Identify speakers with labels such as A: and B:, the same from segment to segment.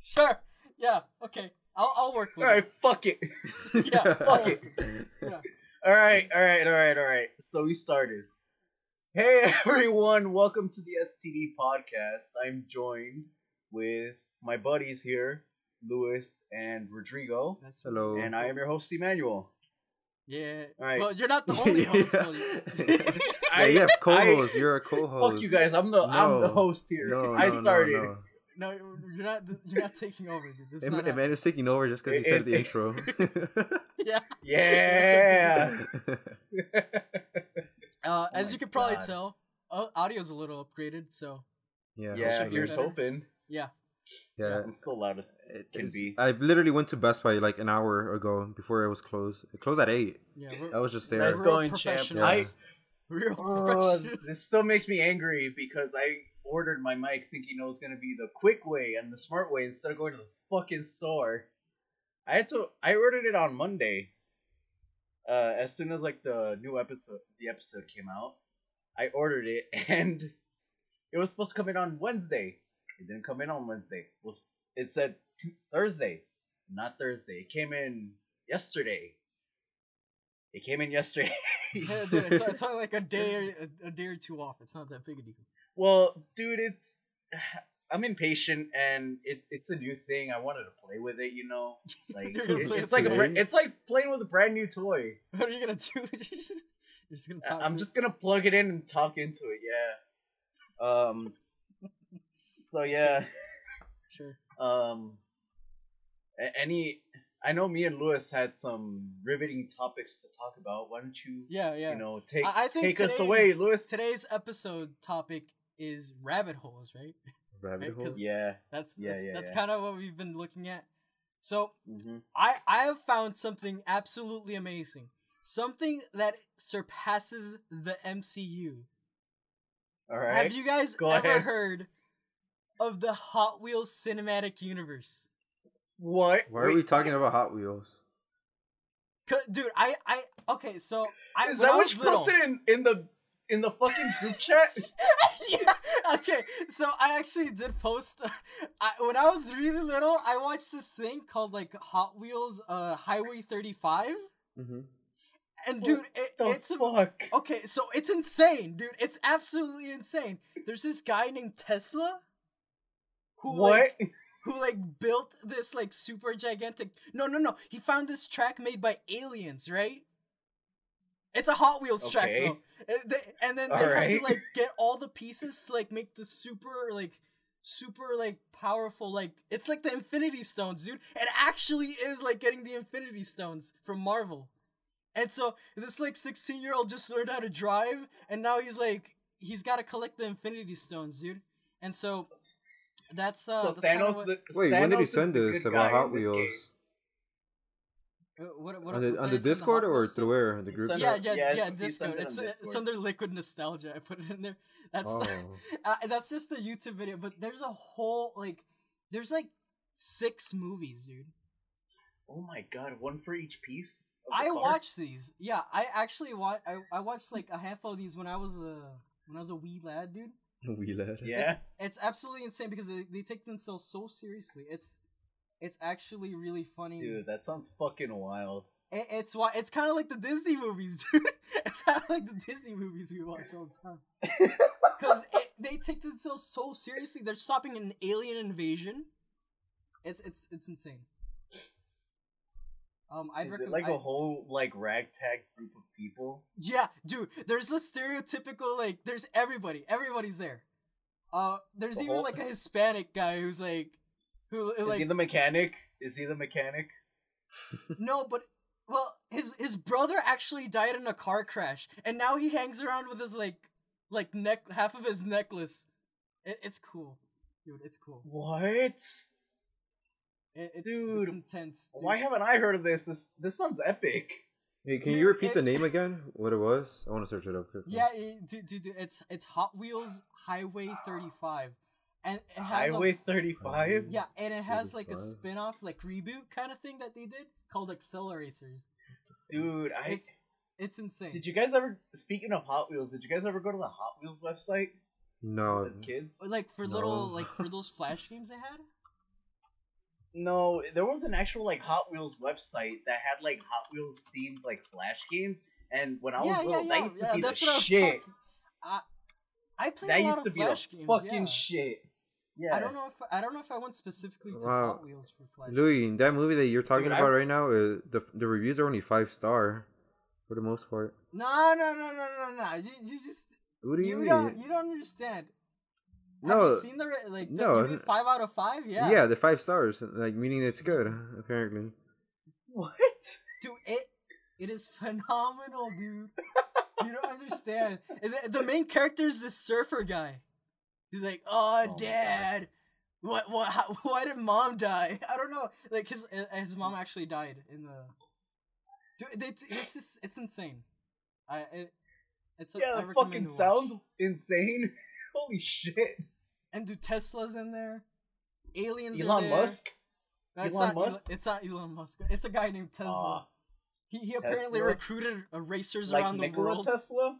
A: Sure. Yeah. Okay. I'll I'll work with
B: All right, fuck it.
A: it. Yeah. I'll work
B: fuck it.
A: with Yeah.
B: All right, all right, all right, all right. So we started. Hey everyone, welcome to the STD podcast. I'm joined with my buddies here, Luis and Rodrigo,
A: That's-
C: Hello.
B: and I am your host Emmanuel.
A: Yeah.
B: All right.
A: Well, you're not the only host.
C: Yeah.
A: Will you?
C: Yeah, you have co-host. You're a co-host.
B: Fuck you guys. I'm the I'm the
C: No.
B: host here.
C: No,
B: I
C: no, no,
B: started.
C: No,
A: no, you're not. You're not taking over. Dude. This is
C: Em-
A: not happening.
C: Emmanuel's taking over just because he
B: It-
C: said the
B: it-
C: intro.
B: Yeah.
A: Uh,
B: Oh
A: as
B: my
A: you can probably
B: God.
A: tell, uh, audio's a little upgraded. So
C: yeah.
B: yeah,
A: should be
B: here's
A: better.
B: hoping.
A: yeah.
C: Yeah.
B: I'm still loud as
C: It-
B: Can
C: it's-
B: be.
C: I literally went to Best Buy like an hour ago before it was closed. It closed at eight.
A: Yeah.
C: I
B: Oh,
A: We're,
C: was just
B: Nice
C: there.
A: Real
B: going, champ.
A: professionals.
B: I,
A: we're
B: Oh,
A: professional.
B: this still makes me angry because I ordered my mic thinking it was gonna be the quick way and the smart way instead of going to the fucking store. I had to. I ordered it on Monday. Uh, as soon as like the new episode, the episode came out, I ordered it and it was supposed to come in on Wednesday. It didn't come in on Wednesday. It was it said Tu- Thursday, not Thursday. It came in yesterday. It came in yesterday.
A: Yeah, dude, it's, it's only like a day, or- a, a day or two off. It's not that big a deal.
B: Well, dude, it's I'm impatient, and it, it's a new thing. I wanted to play with it, you know. Like
A: You're gonna
B: it-
A: play with
B: it's like a,
C: it
B: bra-
C: today?
B: it's like playing with a brand new toy.
A: What are you gonna do? You're just, you're just gonna
B: I-
A: talk.
B: I'm
A: to
B: just gonna plug it in and talk into it. Yeah. Um. so yeah.
A: it. sure.
B: Um. a- Any, I know me and Lewis had some riveting topics to talk about. Why don't you,
A: Yeah, yeah.
B: you know, take
A: I- I think
B: take us away,
A: today's-
B: Lewis?
A: Today's episode topic is rabbit holes, right?
C: Rabbit
A: Right, 'cause-
C: hole.
B: Yeah.
A: That's
B: Yeah,
A: that's,
B: yeah,
A: that's
B: yeah.
A: kind of what we've been looking at. So
B: hmm
A: I I have found something absolutely amazing, something that surpasses the MCU.
B: All right.
A: Have you guys
B: go
A: ever
B: ahead.
A: heard of the Hot Wheels cinematic universe?
B: what?
C: Why are we talking about Hot Wheels?
A: Co- Dude, I I okay, so I when
B: Is that
A: I
B: what
A: was
B: you
A: little.
B: posted in, in the in the fucking group chat?
A: yeah. Okay. So I actually did post. I, when I was really little, I watched this thing called like Hot Wheels uh, Highway 35,
C: Mm-hmm.
A: and
B: What
A: dude, it,
B: The
A: it's
B: fuck.
A: okay. So it's insane, dude. It's absolutely insane. There's this guy named Tesla. Who
B: what?
A: Like, who like built this like super gigantic? No, no, no. He found this track made by aliens, right? It's a Hot Wheels track
B: Okay.
A: though, and, they- and then they have
B: Alright.
A: to like get all the pieces to like make the super like super like powerful like it's like the Infinity Stones, dude. It actually is like getting the Infinity Stones from Marvel. And so this like 16 year old just learned how to drive, and now he's like he's got to collect the Infinity Stones, dude. And so that's uh
B: so
A: that's kinda
B: Thanos,
A: what,
B: the,
C: Wait, when did
B: Thanos
C: he
B: is
C: send
B: the
C: this
B: good
C: about
B: guy
C: Hot
B: in this
C: Wheels?
B: case.
A: what, Uh, what, what
C: On the
A: what
C: on
A: they
C: the
A: said in
C: Discord
A: Hot
C: or
A: Wheels
C: through where? The
B: He
C: group
B: sent
A: yeah,
C: chat?
B: it-
A: yeah,
B: yeah,
A: yeah,
B: it's- it's
A: Discord.
B: under
A: It's,
B: the
A: it's
B: Discord.
A: under liquid nostalgia. I put it in there. That's
C: Oh.
A: uh, that's just the YouTube video, but there's a whole like, there's like six movies, dude.
B: Oh my god, one for each piece. of the
A: I
B: car?
A: watched these. Yeah, I actually watch. I, I watched like a half of these when I was a when I was a wee lad, dude.
C: Oh, We led.
B: Yeah.
A: It's, it's absolutely insane because they, they take themselves so seriously. It's it's actually really funny.
B: Dude, that sounds fucking wild.
A: It, it's why it's kind of like the Disney movies, dude. It's kind of like the Disney movies we watch all the time. Because they take themselves so seriously, they're stopping an alien invasion. It's it's it's insane. Um, I'd
B: Is it
A: recommend.
B: like a
A: I-
B: whole like ragtag group of people?
A: yeah, dude. There's the stereotypical like. There's everybody. Everybody's there. Uh, there's
B: The
A: even
B: whole-
A: like a Hispanic guy who's like, who
B: Is he
A: like
B: the mechanic? Is he the mechanic?
A: No, but well, his his brother actually died in a car crash, and now he hangs around with his like like neck half of his necklace. It, it's cool, dude. It's cool.
B: What?
A: It, it's,
B: Dude,
A: it's intense. Dude.
B: Why haven't I heard of this? This this sounds epic.
C: Hey, can
A: Dude,
C: you repeat the
A: it's-
C: name again? What it was? I want to search it up. Quickly.
A: Yeah, it, dude, dude, dude, it's it's Hot Wheels Highway 35, and it has
B: Highway
A: a,
B: 35.
A: yeah, and it has like a
C: 35.
A: spin-off like reboot kind of thing that they did called Acceleracers.
B: Dude, I
A: It's it's insane.
B: Did you guys ever? Speaking of Hot Wheels, did you guys ever go to the Hot Wheels website
C: No.
B: as kids?
A: like for little
C: No.
A: like for those flash games they had.
B: No, there was an actual like Hot Wheels website that had like Hot Wheels themed like Flash games, and when I was
A: yeah, yeah,
B: little,
A: yeah.
B: that used to
A: yeah,
B: be
A: that's
B: the
A: what I was
B: shit.
A: talking- I, I played
B: That
A: a lot
B: used
A: of
B: to be
A: Flash
B: the
A: games.
B: fucking
A: yeah.
B: shit. Yeah,
A: I don't know if I don't know if I went specifically to
C: Wow.
A: Hot Wheels for Flash.
C: Louis,
A: games.
C: that movie that you're talking
B: Dude, I-
C: about right now, uh, the the reviews are only five star, for the most part.
A: No, no, no, no, no, no. You, you just
C: What do you,
A: you
C: mean?
A: don't you don't understand. Have
C: No,
A: you seen the re- like the,
C: no,
A: you mean
C: n-
A: five out of five?
C: yeah.
A: Yeah.
C: yeah, the five stars, like meaning it's good. Apparently,
B: what.
A: Dude, it it is phenomenal, dude. you don't understand. And the, the main character is this surfer guy. He's like, oh,
B: my God.
A: dad. What? What? How, why did mom die? I don't know. Like his uh, his mom
B: Mm.
A: actually died in the. Dude, it's it's just, it's insane. I it, it's a,
B: Yeah,
A: I
B: that
A: recommend
B: fucking
A: to watch.
B: sounds insane. Holy shit!
A: And do Tesla's in there? Aliens are
B: Elon
A: there.
B: Musk.
A: No, it's
B: Elon
A: not Elon-
B: Musk?
A: it's not Elon Musk. It's a guy named Tesla.
B: Ah,
A: he he apparently
B: Tesla?
A: recruited uh, racers
B: like
A: around the
B: Nikola
A: world.
B: Tesla.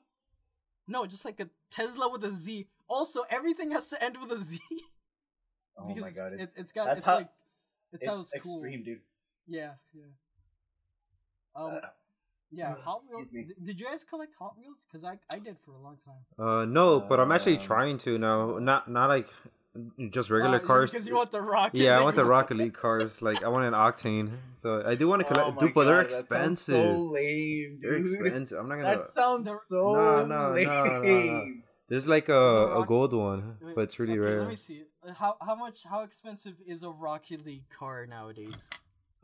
A: No, just like a Tesla with a Z. Also, everything has to end with a Z
B: Oh
A: because
B: my god,
A: it's,
B: it's,
A: it's, it's got
B: that's
A: it's
B: how-
A: like it
B: it's,
A: sounds cool.
B: extreme, dude.
A: Yeah, yeah. Um,
B: Uh,
A: yeah.
B: uh,
A: Hot
B: excuse
A: Wheels.
B: me.
A: D- did you guys collect Hot Wheels? Cause I I did for a long time.
C: uh, no, but I'm actually
B: Um,
C: trying to now. Not not like just regular cars.
A: Uh, Because you want the rocket.
C: yeah, I
A: League
C: want the
A: one.
C: Rocket League cars. Like I want an Octane, so I do want to
B: Oh
C: collect.
B: my
C: dude, but they're
B: God, that sounds
C: expensive.
B: So lame, dude.
C: They're expensive. I'm not gonna.
B: That sounds
A: They're-
B: so
C: No, no, no,
B: lame.
C: no, no. There's like
A: The
C: a, a
A: Rock-
C: gold one,
A: Wait,
C: but it's really
A: okay,
C: rare.
A: Let me see. Uh, How how much how expensive is a Rocket League car nowadays?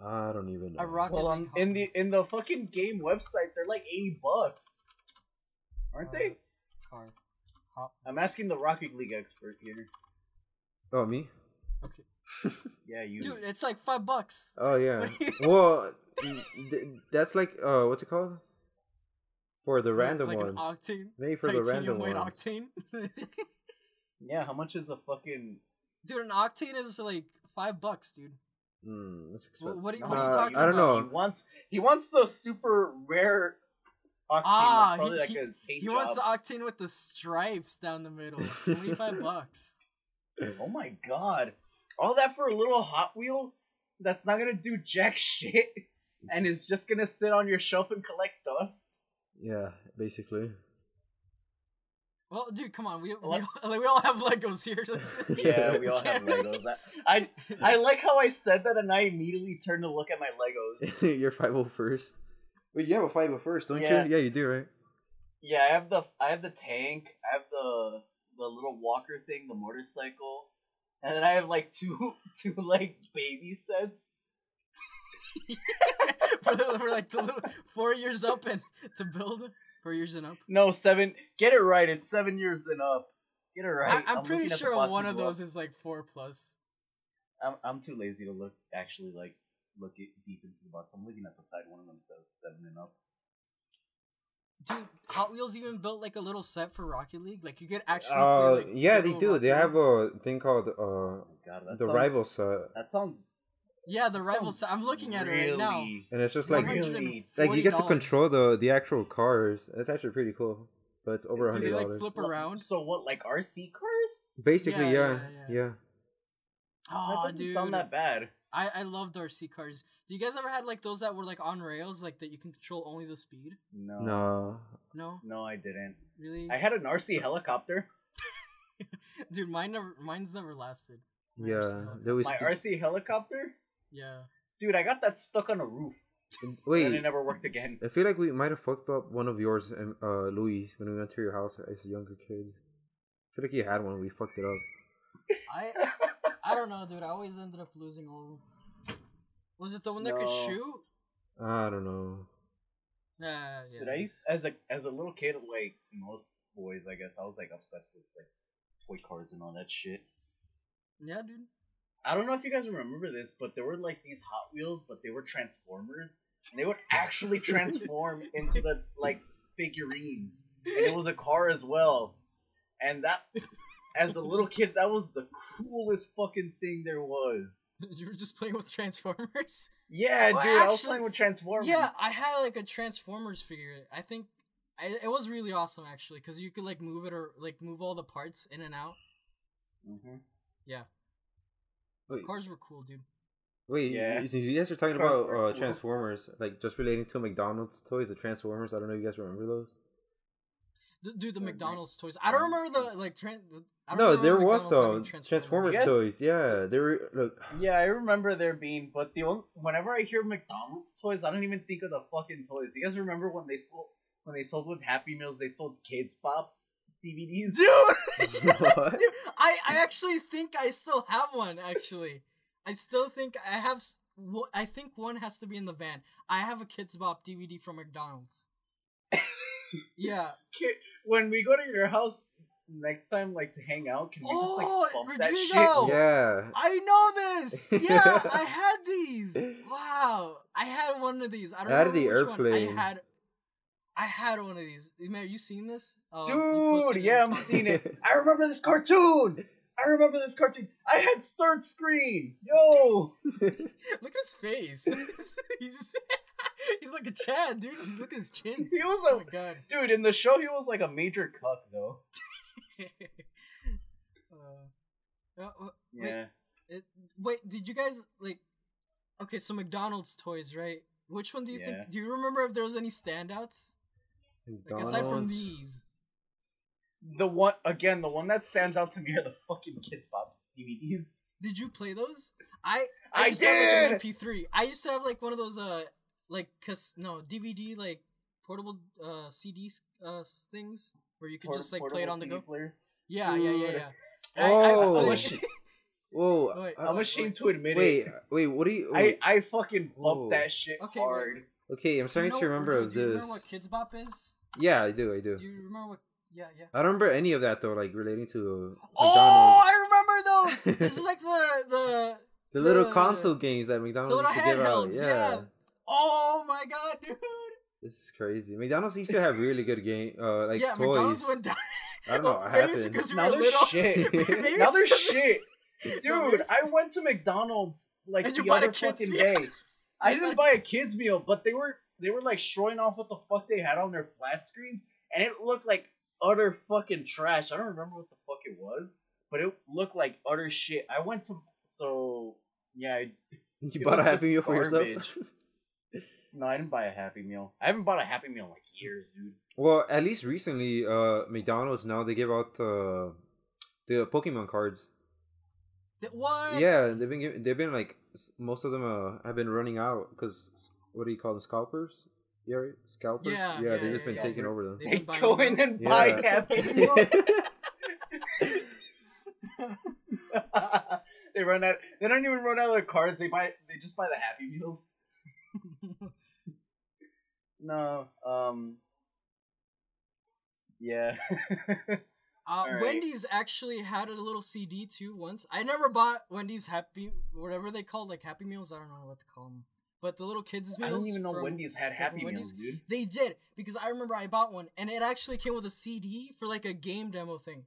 C: I don't even know.
A: A rocket-
B: Well, on, in the in the fucking game website, they're like eighty bucks, aren't
A: Uh,
B: they?
A: Car.
B: I'm asking the Rocket League expert here.
C: Oh me?
A: Okay.
B: Yeah, you.
A: Dude, it's like five bucks.
C: Oh yeah.
A: What do you-
C: well, th- that's like uh, what's it called? For the random
A: like
C: ones.
A: An octane.
C: Maybe for the
A: titanium
C: random
A: white
C: ones.
A: octane.
B: yeah, how much is a fucking?
A: dude, an octane is like five bucks, dude.
C: Mm, that's
A: What,
C: expensive.
A: what, are, you-
B: No,
A: what are you
C: Uh,
A: talking
C: I don't
A: about?
C: know.
B: He wants he wants the super rare octane. that's
A: Ah,
B: probably
A: he-
B: like
A: he-
B: a paint
A: He wants the
B: job.
A: octane with the stripes down the middle. Twenty five bucks.
B: Oh my god! All that for a little Hot Wheel that's not gonna do jack shit, and is just gonna sit on your shelf and collect dust.
C: Yeah, basically.
A: Well, dude, come on. We we,
B: What?
A: like, we all have Legos here. Let's-
B: Yeah, we all have
A: Can't-
B: Legos. I, I I like how I said that, and I immediately turned to look at my Legos.
C: You're five oh first. Wait, you have a five oh first, don't
B: Yeah.
C: you? Yeah, you do, right?
B: Yeah, I have the I have the tank. I have the the little walker thing, the motorcycle, and then I have like two two like baby sets.
A: for, the, for like the little four years up and to build four years and up.
B: No, seven. Get it right. It's seven years and up. Get it right.
A: I, I'm, pretty
B: looking at the
A: sure
B: box
A: one
B: as
A: of
B: well.
A: those is like four plus.
B: I'm I'm too lazy to look actually like look it deep into the box. I'm looking at the side. One of them says seven and up.
A: Dude, Hot Wheels even built like a little set for Rocket League. Like you could actually play.
C: Uh,
A: Like,
C: yeah, they
A: little
C: do. They
A: Rocket
C: have
A: League.
C: a thing called uh
B: Oh my god, that
C: the
B: sounds,
C: rival set,
B: That sounds
A: Yeah, the rival set. I'm looking at it right now.
B: really-
C: and it's just
B: Not
C: like
B: really.
C: like you get to
A: $140.
C: control the the actual cars. It's actually pretty cool, but it's over a
A: Do they
C: hundred
A: like
C: dollars.
A: flip
B: Well,
A: around?
B: So what, like RC cars?
A: Yeah,
C: Basically, yeah,
A: yeah,
C: yeah.
A: yeah. Oh,
B: that doesn't
A: dude,
B: sound that bad.
A: I I loved RC cars. Do you guys ever had like those that were like on rails, like that you can control only the speed?
B: No,
C: No,
A: No,
B: no, I didn't.
A: really,
B: I had an RC helicopter.
A: dude. Mine never, mine's never lasted. My
C: yeah.
A: RC helicopter.
C: They always
B: My RC helicopter,
A: Yeah,
B: dude. I got that stuck on a roof, and
C: wait.
B: it never worked again.
C: I feel like we might have fucked up one of yours, and uh, Louis, when we went to your house as younger kids. I feel like you had one. We fucked it up.
A: I I don't know, dude. I always ended up losing all. of them. Was it the one that could
B: No.
A: shoot?
C: I don't know.
A: Yeah, yeah.
B: Did I used as a as a little kid, like most boys, I guess I was like obsessed with like toy cars and all that shit.
A: Yeah, dude.
B: I don't know if you guys remember this, but there were like these Hot Wheels, but they were Transformers, and they would actually transform into the like figurines, and it was a car as well. And that, as a little kid, that was the coolest fucking thing there was.
A: you were just playing with Transformers.
B: Yeah, dude,
A: Well,
B: I was
A: actually-
B: playing with Transformers.
A: Yeah, I had like a Transformers figure. I think I, it was really awesome actually, because you could like move it or like move all the parts in and out.
B: Mhm.
A: Yeah,
C: Wait,
A: cars were cool, dude.
C: Wait,
B: Yeah.
C: yeah. since you guys are talking about
B: Transformers.
C: uh, Transformers, like just relating to McDonald's toys, the Transformers. I don't know if you guys remember those.
A: D- dude, the
B: Or
A: McDonald's toys. I don't remember the like. Tran- I don't
C: No,
A: remember
C: there was some
A: McDonald's having
C: Transformers,
B: Yes.
C: toys. Yeah, they were. Look,
B: Yeah, I remember there being, but the only, whenever I hear McDonald's toys, I don't even think of the fucking toys. You guys remember when they sold when they sold with Happy Meals, they sold Kids Pop DVDs?
A: Dude, yes,
C: What?
A: dude. I I actually think I still have one. Actually, I still think I have. s- wo- I think one has to be in the van. I have a Kids Bop DVD from McDonald's. yeah.
B: Ki- When we go to your house next time, like to hang out, can we just
A: Oh,
B: like bump that
A: Rodrigo!
B: shit?
A: Oh.
C: yeah,
A: I know this. Yeah, I had these. Wow, I had one of these. I don't
C: I had
A: remember
C: the
A: which one.
C: airplane.
A: I had, I had one of these. Man, you seen this? Um, you posted
B: Dude,
A: it
B: yeah,
A: in-
B: I'm seeing it. I remember this cartoon. I remember this cartoon. I had start screen. Yo,
A: Look at his face. he's he's like a Chad, dude. He's looking at his chin.
B: he was
A: Oh my
B: a
A: god.
B: dude in the show. He was like a major cuck though.
A: uh, uh, uh, Wait.
B: Yeah.
A: wait, did you guys like? Okay, so McDonald's toys, right? Which one do you
B: Yeah.
A: think? Do you remember if there was any standouts? Like,
C: McDonald's.
A: aside from these,
B: The one again, the one that stands out to me are the fucking Kids Bop DVDs.
A: did you play those? I
B: I
A: used to have
B: did!
A: Oh, like an MP3. I used to have like one of those uh like cause no DVD like portable uh CDs uh s- things where you could
B: Port-
A: just like play it
B: portable
A: on the
B: CD
A: go.
B: player.
A: Yeah, yeah, yeah,
B: Dude.
A: yeah. I- I-
C: Oh.
A: I-
B: I'm,
C: Holy
B: ashamed,
C: Whoa,
A: Uh, Wait,
C: I-
B: I'm ashamed to admit
C: wait,
B: it.
C: wait. What do you?
B: I
C: Wait,
B: I fucking bumped
C: Ooh.
B: that shit
A: Okay, wait,
B: hard.
A: wait.
C: okay, I'm starting
A: You know-
C: to remember
A: Virgil,
C: of
A: do you remember
C: this.
A: what Kids Bop is?
C: Yeah, I do, I do.
A: Do you remember what? Yeah, yeah.
C: I don't remember any of that though, like relating to uh,
A: Oh,
C: McDonald's.
A: I remember those. This is like the the
C: the little
A: the-
C: console games that
A: the
C: McDonald's
A: little
C: used to give out.
A: handhelds. yeah. Oh my god, dude.
C: This is crazy. McDonald's used to have really good game, uh, like
A: yeah,
C: toys.
A: McDonald's went down.
C: I don't know what
A: Maybe it's
C: happened.
A: because we
B: Now
A: were
B: they're
A: little.
B: shit.
A: Maybe it's
B: Now there's
A: 'cause-
B: shit, dude.
A: No, maybe it's-
B: I went to McDonald's like
A: And you
B: the
A: bought a
B: other
A: kids'
B: fucking
A: meal.
B: day. I didn't buy a kids meal, but they were they were like showing off what the fuck they had on their flat screens, and it looked like utter fucking trash. I don't remember what the fuck it was, but it looked like utter shit. I went to so yeah, I,
C: You
B: It
C: bought a
B: was
C: Happy
B: just
C: Meal for yourself?
B: garbage. no, I didn't buy a Happy Meal. I haven't bought a Happy Meal in like years, dude.
C: Well, at least recently, uh, McDonald's now they give out uh, the Pokemon cards.
A: Th- What?
C: Yeah, they've been giv they've been like s- most of them uh, have been running out because what do you call them? Scalpers? Yeah, right? scalpers.
A: Yeah,
C: yeah,
A: yeah,
C: they've just
A: yeah,
C: been
A: yeah.
C: taking over them.
A: They've
B: They
A: been buying
B: go
A: them.
B: in and buy
C: Yeah.
B: Happy Meal. they run out. They don't even run out of their cards. They buy. They just buy the Happy Meals. No. Um. Yeah.
A: Uh,
B: right.
A: Wendy's actually had a little CD too once. I never bought Wendy's Happy, whatever they call like Happy Meals. I don't know what to call them, but the little kids
B: I
A: meals.
B: don't even know
A: from-
B: Wendy's had Happy
A: Wendy's?
B: Meals, dude.
A: They did because I remember I bought one, and it actually came with a CD for like a game demo thing.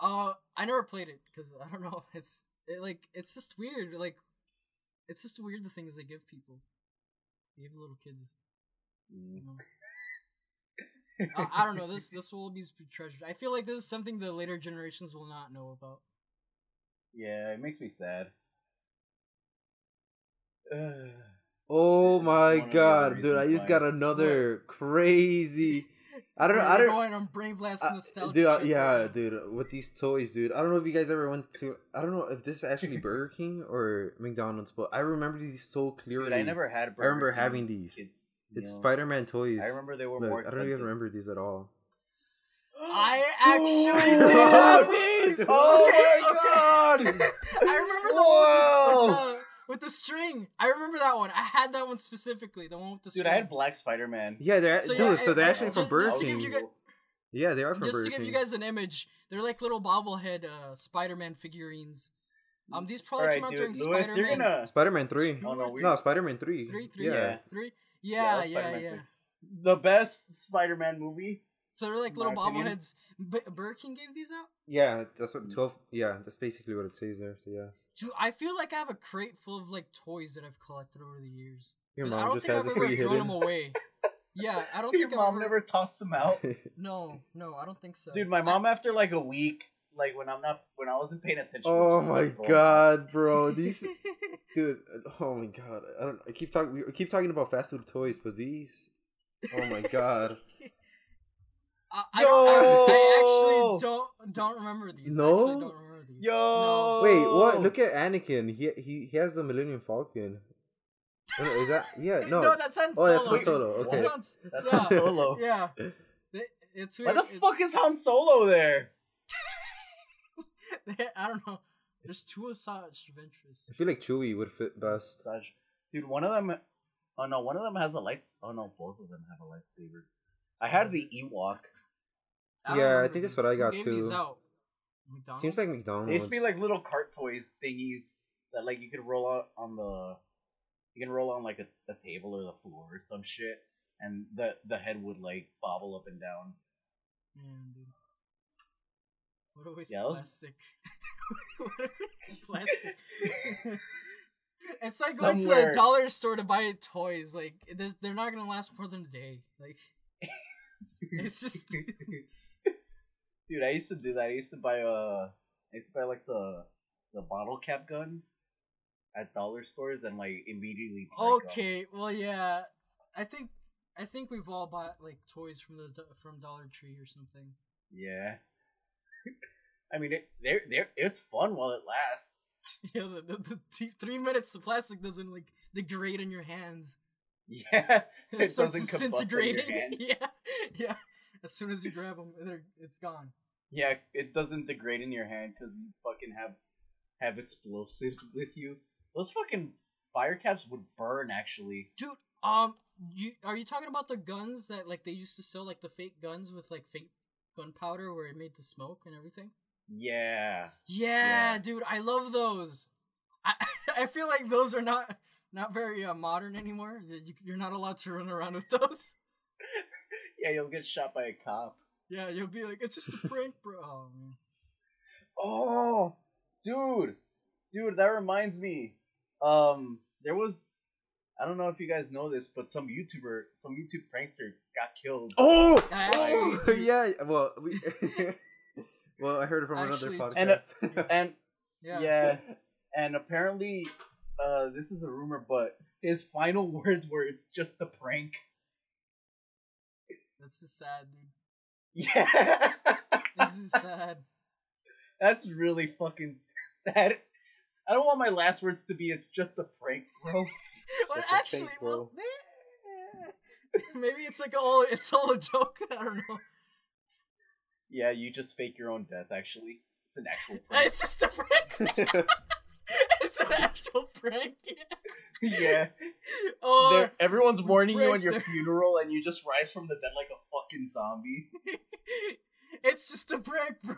A: Uh, I never played it because I don't know. It's it, like it's just weird. Like, it's just weird the things they give people, they give little kids. You know? I, I don't know. This this will always be treasured. I feel like this is something the later generations will not know about.
B: Yeah, it makes me sad.
C: Oh my
B: one of the other
C: god, dude! I
B: reasons
C: just
B: why.
C: got another crazy. I don't know.
A: Where
C: I
A: we're
C: don't.
A: Going on brain blast
C: I-
A: nostalgia.
C: dude, I-
A: trip
C: yeah,
A: right now.
C: dude, with these toys, dude. I don't know if you guys ever went to. I don't know if this is actually Burger King or McDonald's, but I remember these so clearly.
B: Dude, I never had. Burger
C: remember
B: King
C: having these.
B: kids
C: It's
B: meal.
C: Spider-Man toys.
B: I remember they were
C: Look,
B: more.
C: I don't know if you guys
B: expensive.
C: remember these at all.
A: I
C: Oh
A: actually
B: Dude!
A: did have these.
B: Oh
A: Okay,
B: my
A: okay.
B: god!
A: I remember the one with the, with the with the string. I remember that one. I had that one specifically. The one with the string.
B: Dude, I had Black Spider Man.
C: Yeah, they're
A: So,
C: dude.
A: yeah,
C: so they're
A: I- I-
C: actually from
A: ju-
C: Burger
A: just to give
C: King.
A: you guys-
C: yeah, they are from
A: Just
C: Burger
A: to give
C: King.
A: you guys an image, they're like little bobblehead uh, Spider-Man figurines. Um, these probably
B: Alright,
A: came out
B: dude.
A: during
B: Lewis,
A: Spider-Man.
B: you're gonna.
C: Spider-Man Three.
B: Oh, no, we-
C: No, Spider-Man Three.
A: Three, three,
C: Yeah.
B: Yeah.
A: three.
B: that
A: Yeah,
B: was
A: yeah, yeah.
B: Spider-Man three. The best Spider Man movie.
A: So they're like
B: In
A: little
B: my opinion.
A: bobbleheads. But Burger King gave these out.
C: Yeah, that's
B: Mm.
C: what twelve. Yeah, that's basically what it says there. So yeah,
A: Dude, I feel like I have a crate full of like toys that I've collected over the years.
C: your
A: But
C: mom
A: I don't
C: just
A: think
C: has
A: I've
C: it for
A: ever
C: you
A: thrown them
C: hidden.
A: away. Yeah, I don't
B: Your
A: think I've
B: mom
A: ever-
B: never tossed them out.
A: No, no, I don't think so.
B: Dude, my mom, after like a week, like when I'm not when I wasn't paying attention.
C: Oh
B: to
C: my
B: people.
C: god, bro! These dude. Oh my god! I don't. I keep talking. We keep talking about fast food toys, but these. Oh my god!
A: I, I, don't, I, I
B: No!
A: actually don't don't remember these. I
C: No?
A: actually don't remember these.
B: Yo.
C: Wait,
A: Oh.
C: what? Look at Anakin. He he he has the Millennium Falcon. Oh, no, Is that yeah?
A: no,
C: No.
A: no, that's Han Solo.
C: oh, that's Han
B: Wait,
C: Solo.
B: what?
C: Okay. Oh.
A: That's Han-
B: That's
A: yeah,
B: Han Solo.
A: yeah. They- It's
B: Why
A: weird.
B: the fuck is Han Solo there?
A: It, I don't know. There's two Asajj Ventress.
C: I feel like Chewie would fit best.
B: Saj- Dude, one of them. Oh no, one of them has a lights. Oh no, both of them have a lightsaber. I had the Ewok.
A: don't
C: Yeah, I
A: remember
C: think that's
A: these.
C: what I
A: Who
C: got
A: gave
C: too.
A: These out? McDonald's?
C: Seems like
B: They
C: McDonald's.
B: used to be like little cart toys thingies that like you could roll out on the. You can roll on like a, a table or the floor or some shit, and the the head would like bobble up and down.
A: Man, dude. uh, What a waste
B: Yeah, that
A: of
B: was-
A: plastic. what a waste of plastic. it's like going to
B: Somewhere-
A: the dollar store to buy toys. Like, there's, they're not going to last more than a day. Like, it's just.
B: Dude, I used to do that. I used to buy uh, I used to buy like the the bottle cap guns at dollar stores and like immediately. break 'em.
A: okay, well, yeah. I think. I think we've all bought like toys from the do- from Dollar Tree or something.
B: Yeah. I mean, it, they're, they're, it's fun while it lasts.
A: Yeah, the, the, the t- three minutes the plastic doesn't like degrade in your hands.
B: Yeah.
A: It,
B: It
A: starts
B: doesn't combust in your
A: disintegrating.
B: hand.
A: Yeah, yeah. As soon as you grab them, they're, it's gone.
B: Yeah, it doesn't degrade in your hand because you fucking have have explosives with you. Those fucking fire caps would burn, actually.
A: Dude, um, you are you talking about the guns that like they used to sell like the fake guns with like fake gunpowder where it made the smoke and everything?
B: Yeah.
A: Yeah,
B: Yeah.
A: dude, I love those. I I feel like those are not not very uh, modern anymore. You- you- You're not allowed to run around with those.
B: Yeah, you'll get shot by a cop.
A: Yeah, you'll be like, it's just a prank, bro. Oh, man.
B: Oh, dude, dude, that reminds me. Um, there was, I don't know if you guys know this, but some YouTuber, some YouTube prankster got killed.
C: Oh,
A: I
C: Oh!
A: actually-
C: yeah. Well, we. well, I heard it from
A: Actually-
C: another podcast.
B: And, uh, And
A: Yeah.
B: yeah, and apparently, uh, this is a rumor, but his final words were, "It's just a prank."
A: This is sad, dude.
B: Yeah,
A: This is sad.
B: that's really fucking sad. I don't want my last words to be, "It's just a prank, bro."
A: well,
C: That's a
A: actually,
C: fake,
A: well, maybe it's like all it's all a joke. I don't know.
B: yeah, you just fake your own death. Actually, it's an actual prank.
A: It's just a prank.
B: uh,
A: it's an actual prank.
B: yeah.
A: Or
B: They're- everyone's mourning you
A: break
B: on your
A: their-
B: funeral, and you just rise from the dead like a fucking zombie.
A: it's just a prank, bro.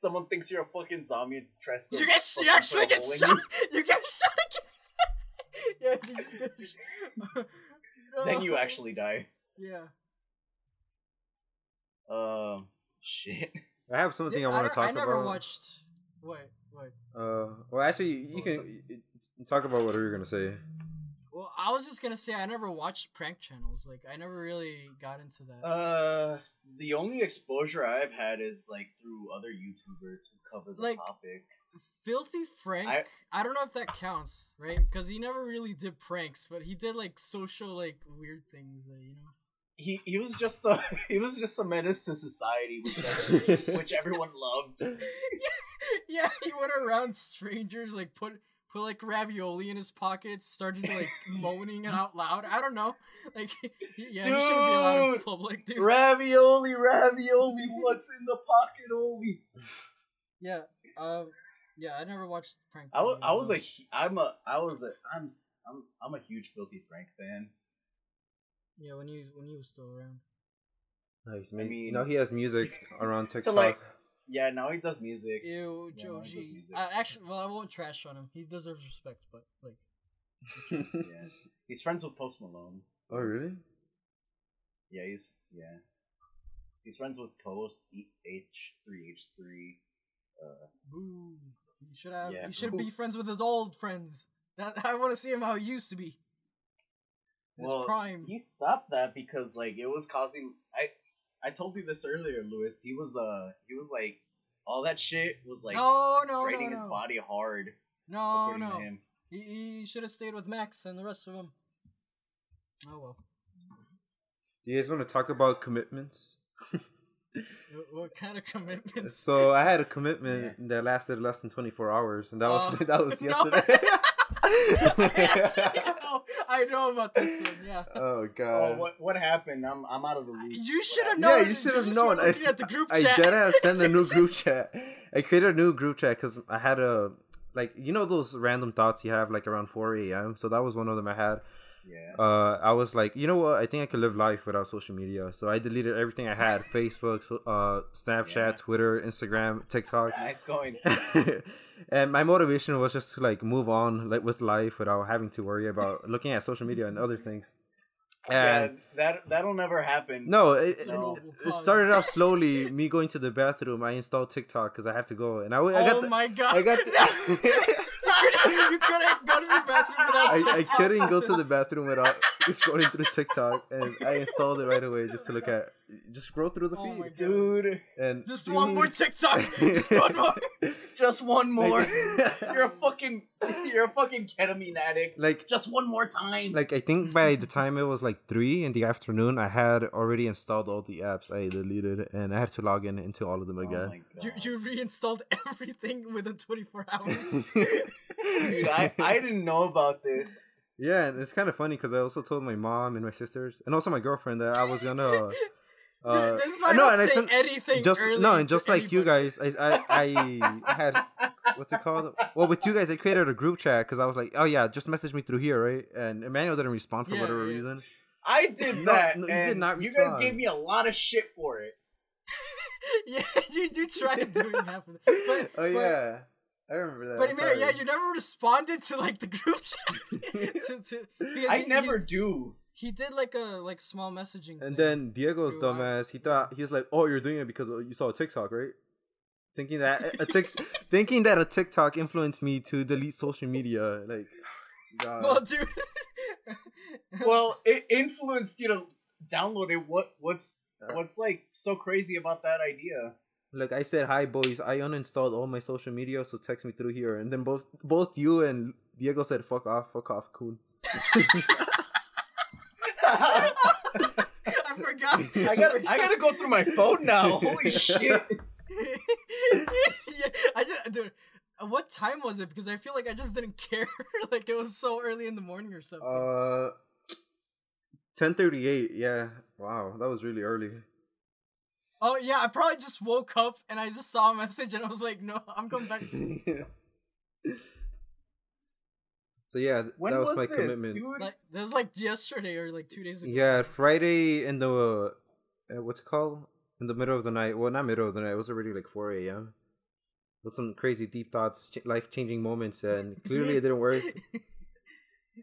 B: Someone thinks you're a fucking zombie and tries to.
A: You get
B: fucking
A: you actually
B: put a
A: get
B: hole in
A: shot.
B: you.
A: You get shot again. yeah, you just get shot.
B: Then you actually die.
A: Yeah.
B: Um, shit.
C: I have something I
A: I
C: want
A: don't-
C: to talk
A: I never
C: about.
A: watched. Wait, wait.
C: Uh, well, actually, you can talk about what you were gonna say.
A: Well, I was just gonna say I never watched prank channels. Like I never really got into that.
B: Uh, the only exposure I've had is like through other YouTubers who cover the
A: Like-
B: topic.
A: Filthy Frank. I, don't know if that counts, right? Because he never really did pranks, but he did like social, like weird things that you know.
B: He he was just the he was just a menace to society, which, everyone- which everyone loved.
A: yeah, he went around strangers, like put put like ravioli in his pockets, started like moaning out loud. I don't know. Like, yeah, he shouldn't be allowed in
B: Dude!
A: public, dude.
B: Ravioli, ravioli, what's in the pocket, only?
A: yeah. Um. Yeah, I never watched prank.
B: I was, I
A: videos,
B: was
A: though.
B: a hu- I'm a I was a I'm s- I'm I'm a huge Filthy Frank fan.
A: yeah when you when you was still around.
C: No, he's amazing.
B: mean-
C: now he has music around TikTok.
B: like- Yeah, now he does music.
A: Ew,
B: Yeah, I like his
A: Joji.
B: music.
A: I actually, well, I won't trash on him. He deserves respect, but like,
B: Yeah, he's friends with Post Malone.
C: oh, really?
B: Yeah, he's yeah, he's friends with Post E H three H three. uh,
A: boo. You should have.
B: Yeah.
A: You should be friends with his old friends. That I want to see him how he used to be. His
B: Well,
A: prime.
B: He stopped that because like it was causing I I told you this earlier, Lewis. He was uh he was like all that shit was like
A: No, no, no,
B: straining
A: no.
B: his body hard.
A: No,
B: according to
A: no.
B: him.
C: Uh,
A: He, he should have stayed with Max and the rest of them. Oh well.
C: You guys want to talk about commitments?
A: What- What kind of commitments?
C: So I had a commitment that lasted less than 24 hours, and that was
A: Oh,
C: that was
A: no.
C: yesterday.
A: Oh, I know about this one. Yeah.
C: oh
B: oh,
C: god.
B: what what happened? I'm I'm out of the loop.
A: You should have
B: happened?
A: known.
C: yeah, you should have
A: just
C: known.
A: were
C: I,
A: looking at the group
C: I
A: chat.
C: did have send a new
A: Just-
C: group chat. I created a new group chat because I had a like you know those random thoughts you have like around 4 a.m. So that was one of them I had.
B: Yeah.
C: uh, I was like, you know what? I think I could live life without social media. So I deleted everything I had: Facebook, so- uh, Snapchat,
B: Yeah.
C: Twitter, Instagram, TikTok.
B: Nice going.
C: and my motivation was just to like move on like with life without having to worry about looking at social media and other things.
B: yeah,
C: And
B: that that'll never happen.
C: no, it,
A: It's
C: it,
A: a noble
C: it
A: cause.
C: started off slowly. me going to the bathroom. I installed TikTok because I have to go, and I, w- I got
A: Oh
C: the,
A: my god!
C: I got the-
A: No. you, couldn't, you couldn't go to the bathroom without.
C: I, I
A: TikTok.
C: couldn't go to the bathroom without scrolling through TikTok, and I installed it right away just to look at, just scroll through the
A: Oh my
C: feed.
A: God.
B: Dude,
C: And
A: Just one more
C: dude,
A: TikTok. Just one more.
B: just one more.
C: Like,
B: you're a fucking you're a fucking ketamine addict.
C: like,
B: Just one more time.
C: like I think by the time it was like three in the afternoon, I had already installed all the apps I deleted, and I had to log in into all of them
B: Oh
C: again.
B: my
A: You,
B: God.
A: you reinstalled everything within 24 hours.
B: Dude, I, I didn't know about this.
C: yeah, and it's kind of funny because I also told my mom and my sisters, and also my girlfriend, that I was gonna. Uh,
A: Dude, this is why
C: no,
A: I
C: and
A: don't
C: I
A: say
C: sent-
A: anything.
C: just
A: early
C: no, and
A: to
C: just like you
A: anybody.
C: guys, I I, I had what's it called? Well, with you guys, I created a group chat because I was like, oh yeah, just message me through here, right? And Emmanuel didn't respond for
A: Yeah,
C: whatever
A: yeah.
C: reason.
B: I did
C: No,
B: that.
C: no,
B: you did not. You guys
C: respond.
B: gave me a lot of shit for it.
A: Yeah, you, you tried doing half of that. But,
C: oh yeah, I remember that.
A: But, but
C: I'm
A: Amir, yeah,
C: sorry.
A: you never responded to like the group chat. to, to, because
B: I
A: he-
B: never do.
A: He, he did like a like small messaging.
C: And
A: thing.
C: then Diego's
A: Rewind.
C: dumbass, he thought he was like, "Oh, you're doing it because you saw a TikTok, right?" Thinking that a tic- thinking that a TikTok influenced me to delete social media, like, God.
A: Well, dude.
B: Well, it influenced you to download it. What what's
C: Uh.
B: what's like so crazy about that idea?
C: like I said, "Hi, boys, I uninstalled all my social media, so text me through here." And then both both you and Diego said, "Fuck off, fuck off, cool."
A: I forgot.
B: I gotta I gotta go through my phone now. Holy shit!
A: yeah, I just dude. uh, What time was it? Because I feel like I just didn't care. like it was so early in the morning or something.
C: Uh, ten thirty eight. Yeah, wow, that was really early.
A: oh yeah, I probably just woke up and I just saw a message and I was like, no, I'm going back.
C: so yeah, th-
B: When
C: that was,
B: was
C: my
B: this,
C: commitment.
B: dude?
A: like that was like yesterday or like two days ago.
C: Yeah, Friday in the uh, what's it called in the middle of the night. Well, not middle of the night. It was already like four a.m. With some crazy deep thoughts, ch- life changing moments, and clearly it didn't work.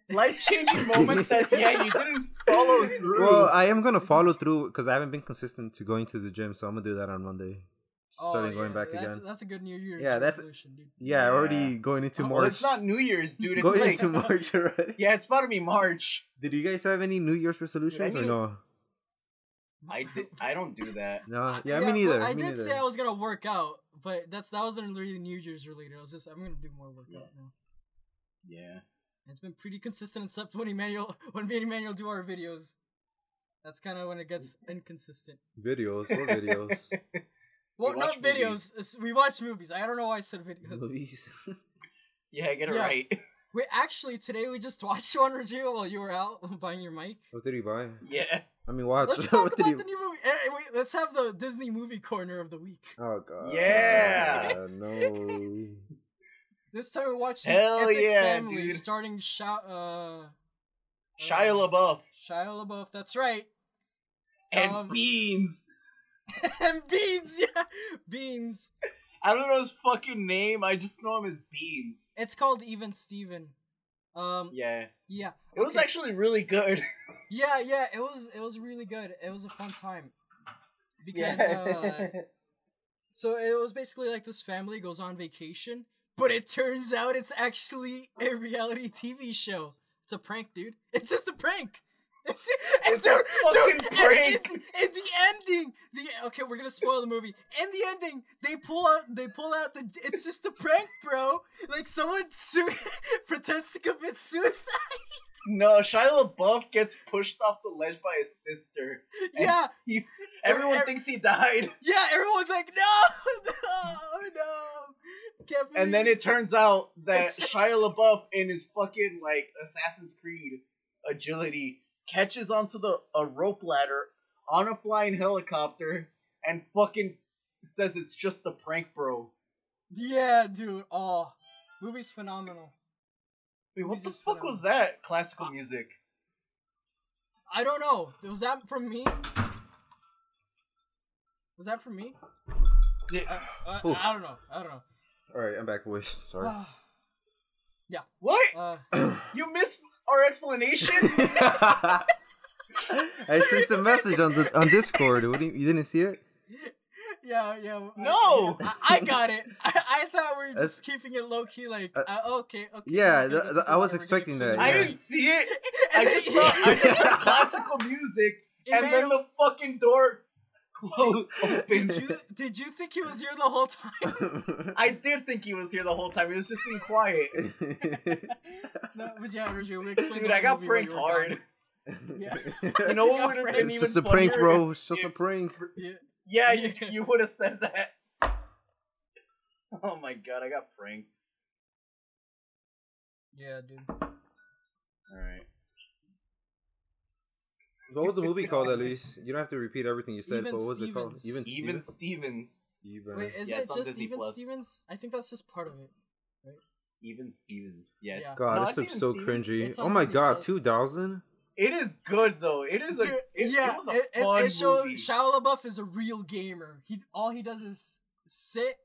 B: Life changing moments that yeah you didn't follow through.
C: Well, I am gonna follow through because I haven't been consistent to going to the gym, so I'm gonna do that on Monday. Starting going
A: Oh, yeah,
C: back
A: that's,
C: again.
A: That's a good New Year's
C: Yeah, that's-
A: resolution, dude.
C: Yeah, already
B: Yeah.
C: going into
B: well,
C: March.
B: it's not New Year's, dude. It's
C: going
B: like
C: into March already.
B: yeah, it's about to be March.
C: Did you guys have any New Year's resolutions or
B: need-
C: no?
B: I did. I don't do that.
C: No,
A: I-
C: Uh, yeah, me neither.
A: well, I
C: me
A: did
C: neither.
A: say I was gonna work out, but that's that wasn't really New Year's related. I was just I'm gonna do more workout now.
B: Yeah.
A: And It's been pretty consistent except when Emmanuel when me and Emmanuel do our videos. That's kind of when it gets inconsistent.
C: videos, what videos?
A: Well, not
B: watch
A: videos. It's, we watch movies. I don't know why I said videos.
C: Movies.
B: Yeah, get it
A: Yeah.
B: right.
A: We actually today we just watched one review while you were out buying your mic.
B: Oh,
C: what did he buy?
A: Um,
B: Yeah.
C: I mean, watch.
A: Let's
C: what
A: talk
C: did
A: about
C: he...
A: the new movie. Eh, eh, wait, let's have the Disney movie corner of the week.
C: Oh god.
B: Yeah.
C: Yeah, no.
A: This time we watched
B: Hell
A: Epic
B: yeah,
A: Family,
B: dude.
A: starting Shia, uh,
B: Shia LaBeouf
A: Shia LaBeouf. That's right.
B: and
A: Um,
B: Beans.
A: and beans, yeah, beans.
B: I don't know his fucking name. I just know him as Beans.
A: It's called Even Steven. Um,
B: Yeah.
A: yeah,
B: It was
A: Okay.
B: actually really good.
A: yeah, yeah. It was it was really good. It was a fun time because uh, so it was basically like this family goes on vacation, but it turns out it's actually a reality TV show. It's a prank, dude. It's just a prank. It's, it's, dude,
B: fucking
A: dude,
B: break.
A: And, and, and the ending, the okay, we're gonna spoil the movie. In the ending, they pull out, they pull out the. It's just a prank, bro. Like someone su- pretends to commit suicide.
B: No, Shia LaBeouf gets pushed off the ledge by his sister. And
A: yeah,
B: he- everyone
A: ev-
B: thinks he died,
A: yeah. Everyone's like, no, no, no. Can't
B: and
A: believe
B: then it turns out that
A: It's-
B: Shia LaBeouf, in his fucking like Assassin's Creed agility, catches onto the a rope ladder on a flying helicopter and fucking says it's just a prank, bro.
A: Yeah, dude. Oh, movie's phenomenal.
B: Wait, what the
A: Music's
B: fuck
A: phenomenal.
B: was that? Classical
A: Uh,
B: music.
A: I don't know. Was that from me? Was that from me? I, I,
C: Oof.
A: I don't know. I don't know.
C: All right, I'm back, boys. Sorry.
A: Ah,
B: What?
A: uh,
B: You missed our explanation?
C: I sent a message on the on Discord. What do you, you didn't see it?
A: yeah, yeah. I-
B: No!
A: I, I got it. I, I thought we were just
C: That's-
A: keeping it low key, like,
C: uh,
A: uh, okay, okay.
C: yeah,
A: okay,
C: th-
A: we're
C: th- I
A: gonna
C: was
A: explain
C: expecting
A: it.
C: that,
B: I
C: yeah.
B: didn't see it. I
A: And
B: just
A: then-
B: saw, I just saw classical music, and then
A: Emmanuel,
B: the fucking door closed open.
A: did you did you think he was here the whole time?
B: I did think he was here the whole time. He was just being quiet.
A: no, but yeah, Roger, we explained.
B: Dude,
A: the
B: I
A: whole
B: got
A: movie while you
B: pranked
A: were gone.
B: hard.
A: Yeah.
B: You know
A: got
B: what would have been
A: pranked.
B: even
C: it's just a prank,
B: funnier?
C: bro. It's just a prank.
A: Yeah.
B: Yeah, you,
A: Yeah.
B: you would have said that. Oh my god, I got pranked.
A: Yeah, dude.
B: Alright.
C: What was the movie called, at least? You don't have to repeat everything you said,
A: Even
C: but what was it called?
A: Stevens.
C: Even
B: Even
C: Stevens.
B: Stevens.
C: Even.
A: Wait, is
B: Yeah,
A: it
B: it's on
A: just
B: Disney
A: Even
B: Plus.
A: Stevens? I think that's just part of it.
B: Even Stevens. Yes.
A: Yeah.
C: God,
B: No,
C: this
B: it's
C: looks
B: Even
C: so
B: Stevens.
C: cringy.
A: It's
C: Oh
A: on
C: my
A: Disney
C: god,
A: Plus.
C: two thousand.
B: It is good though. It is a
A: Dude,
B: it,
A: yeah,
B: it was a
A: it, it,
B: fun
A: it show-
B: movie.
A: Shia LaBeouf is a real gamer. He all he does is sit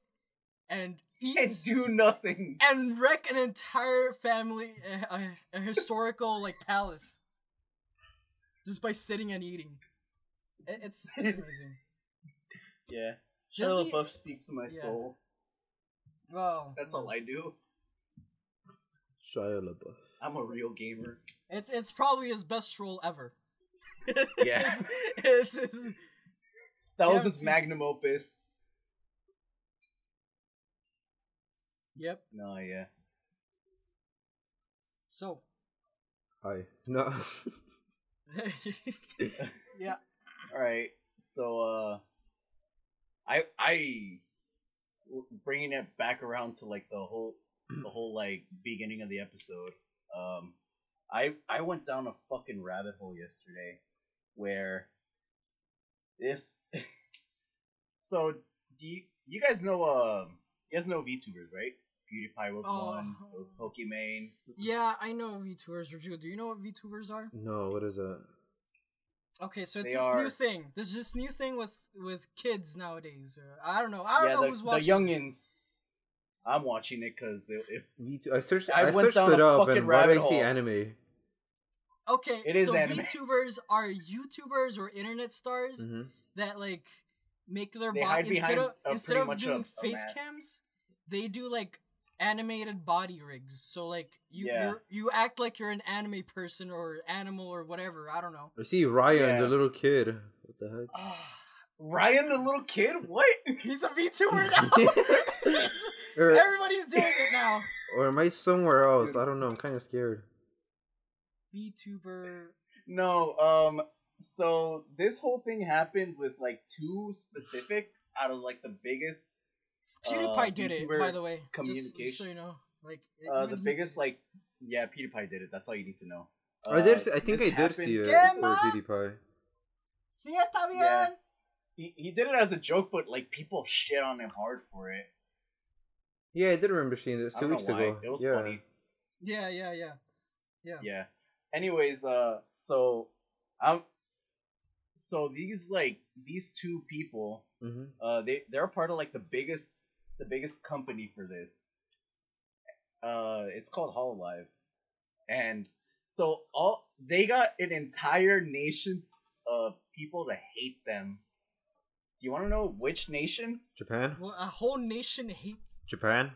A: and eat
B: and do nothing.
A: and wreck an entire family, a, a, a historical like palace, just by sitting and eating. It, it's it's amazing.
B: Yeah.
A: Does
B: Shia
A: he-
B: LaBeouf speaks to my
A: yeah.
B: soul.
A: Wow,
B: That's all I do.
C: Shia LaBeouf.
B: I'm a real gamer.
A: It's it's probably his best role ever. It's
B: Yeah.
A: his- it's his-
B: That
A: You
B: was
A: haven't
B: his
A: seen-
B: magnum opus.
A: yep.
B: No, yeah.
A: So
C: Hi. No.
A: yeah,
B: All right. So uh I I bringing it back around to like the whole the whole like beginning of the episode. Um I I went down a fucking rabbit hole yesterday where this So do you, you guys know um you guys know VTubers, right? PewDiePie was
A: Oh.
B: one, those Pokimane.
A: yeah. I know VTubers. Raju, do you know what VTubers are?
C: no, what is that?
A: Okay, so it's
B: They
A: this
B: are-
A: new thing. There's this new thing with with kids nowadays. Or, I don't know. I don't
B: yeah,
A: know
B: the,
A: who's
B: the
A: watching. this.
B: youngins. I'm watching it because it, it
C: Me too. I searched.
B: I
C: I,
B: went
C: searched
B: down
C: it
B: a
C: up,
B: fucking
C: and why do I
B: rabbit
C: see
B: hole.
C: anime?
A: Okay,
B: It is
A: so
B: anime.
A: VTubers are YouTubers or internet stars
C: hmm
A: that like make their
B: Mm-hmm. They
A: body
B: hide
A: instead
B: behind
A: of
B: a
A: instead
B: pretty
A: of
B: much a-
A: doing
B: a
A: face
B: mask.
A: cams, they do like animated body rigs. So like you
B: Yeah.
A: you're, you act like you're an anime person or animal or whatever. I don't know.
C: I see Ryan,
B: Yeah.
C: the little kid. What the heck?
B: Ah. Ryan the little kid? What?
A: He's a VTuber now.
C: Or,
A: Everybody's doing it now.
C: or am I somewhere else? I don't know. I'm kind of scared.
A: VTuber.
B: No, um so this whole thing happened with like two specific out of like the biggest
A: PewDiePie
B: uh,
A: did it,
B: VTuber
A: by the way. Just, just so
B: communication.
A: you know, like it-
B: uh
A: even
B: the
A: he
B: biggest
A: did it.
B: like yeah, PewDiePie did it. That's all you need to know.
C: I did.
B: Uh,
C: see- I think I uh,
B: this
C: did see it
A: Yeah,
B: happened-
C: for
A: ma.
C: PewDiePie.
A: Sí, está bien.
B: Yeah. He, he did it as a joke, but like people shit on him hard for it.
C: Yeah, I did remember seeing this
B: I
C: two
B: don't know
C: weeks
B: why.
C: ago.
B: It was
C: yeah.
B: funny.
A: Yeah, yeah, yeah. Yeah.
B: yeah anyways uh so i'm so these like these two people
C: Mm-hmm.
B: uh they they're part of like the biggest the biggest company for this uh it's called hololive and so all they got an entire nation of people that hate them you want to know which nation
C: Japan.
A: Well, a whole nation hates.
C: Japan.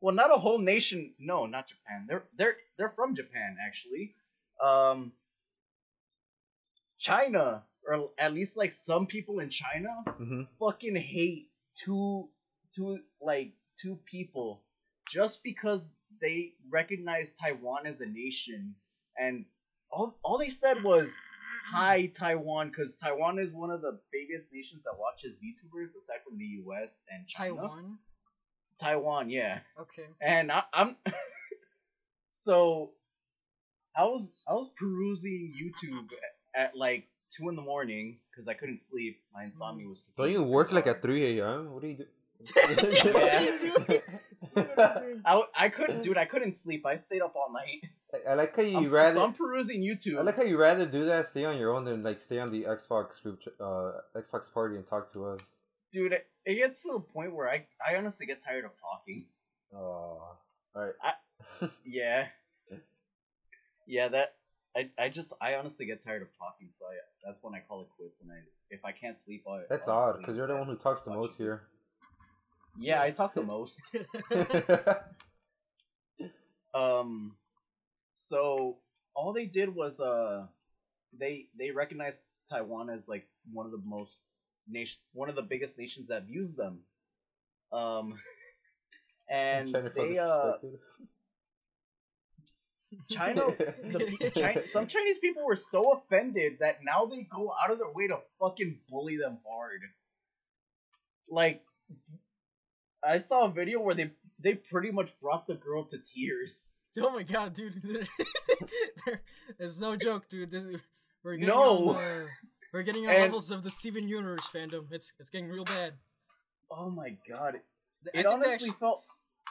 B: well not a whole nation no not japan they're they're they're from japan actually um China, or at least like some people in China,
C: hmm
B: fucking hate two, two like two people just because they recognize Taiwan as a nation, and all all they said was hi Taiwan because Taiwan is one of the biggest nations that watches VTubers aside from the U.S. and China.
A: Taiwan.
B: Taiwan, yeah.
A: Okay.
B: And I, I'm so I was I was perusing YouTube at, at like two in the morning because I couldn't sleep. My insomnia was.
C: Mm. Don't you work like at 3 a.m.? What do you do?
A: what are you doing? What are you doing?
B: I, w- I couldn't, dude. I couldn't sleep. I stayed up all night.
C: I- I like how Uh, you
B: I'm,
C: rather.
B: so I'm perusing YouTube.
C: I like how you rather do that, stay on your own, than like stay on the Xbox group, ch- uh, Xbox party and talk to us.
B: dude, it, it gets to the point where I I honestly get tired of talking.
C: Uh, all right.
B: Yeah, yeah. That I I just I honestly get tired of talking, so I, that's when I call it quits. And I if I can't sleep, I
C: That's
B: I'll
C: odd
B: sleep.
C: because you're the one who talks the most here.
B: Yeah, I talk the most. Um, so all they did was uh, they they recognized Taiwan as like one of the most nation, one of the biggest nations that views them. Um, and
C: China felt
B: they uh,
C: disrespected.
B: China, the, pe- China, some Chinese people were so offended that now they go out of their way to fucking bully them hard. Like, I saw a video where they they pretty much brought the girl to tears.
A: Oh my god, dude! There- There's no joke, dude. This- we're getting
B: No.
A: on, uh, we're getting on
B: And-
A: levels of the Steven Universe fandom. It's it's getting real bad.
B: Oh my
A: I
B: god! It
A: think they
B: honestly
A: actually,
B: felt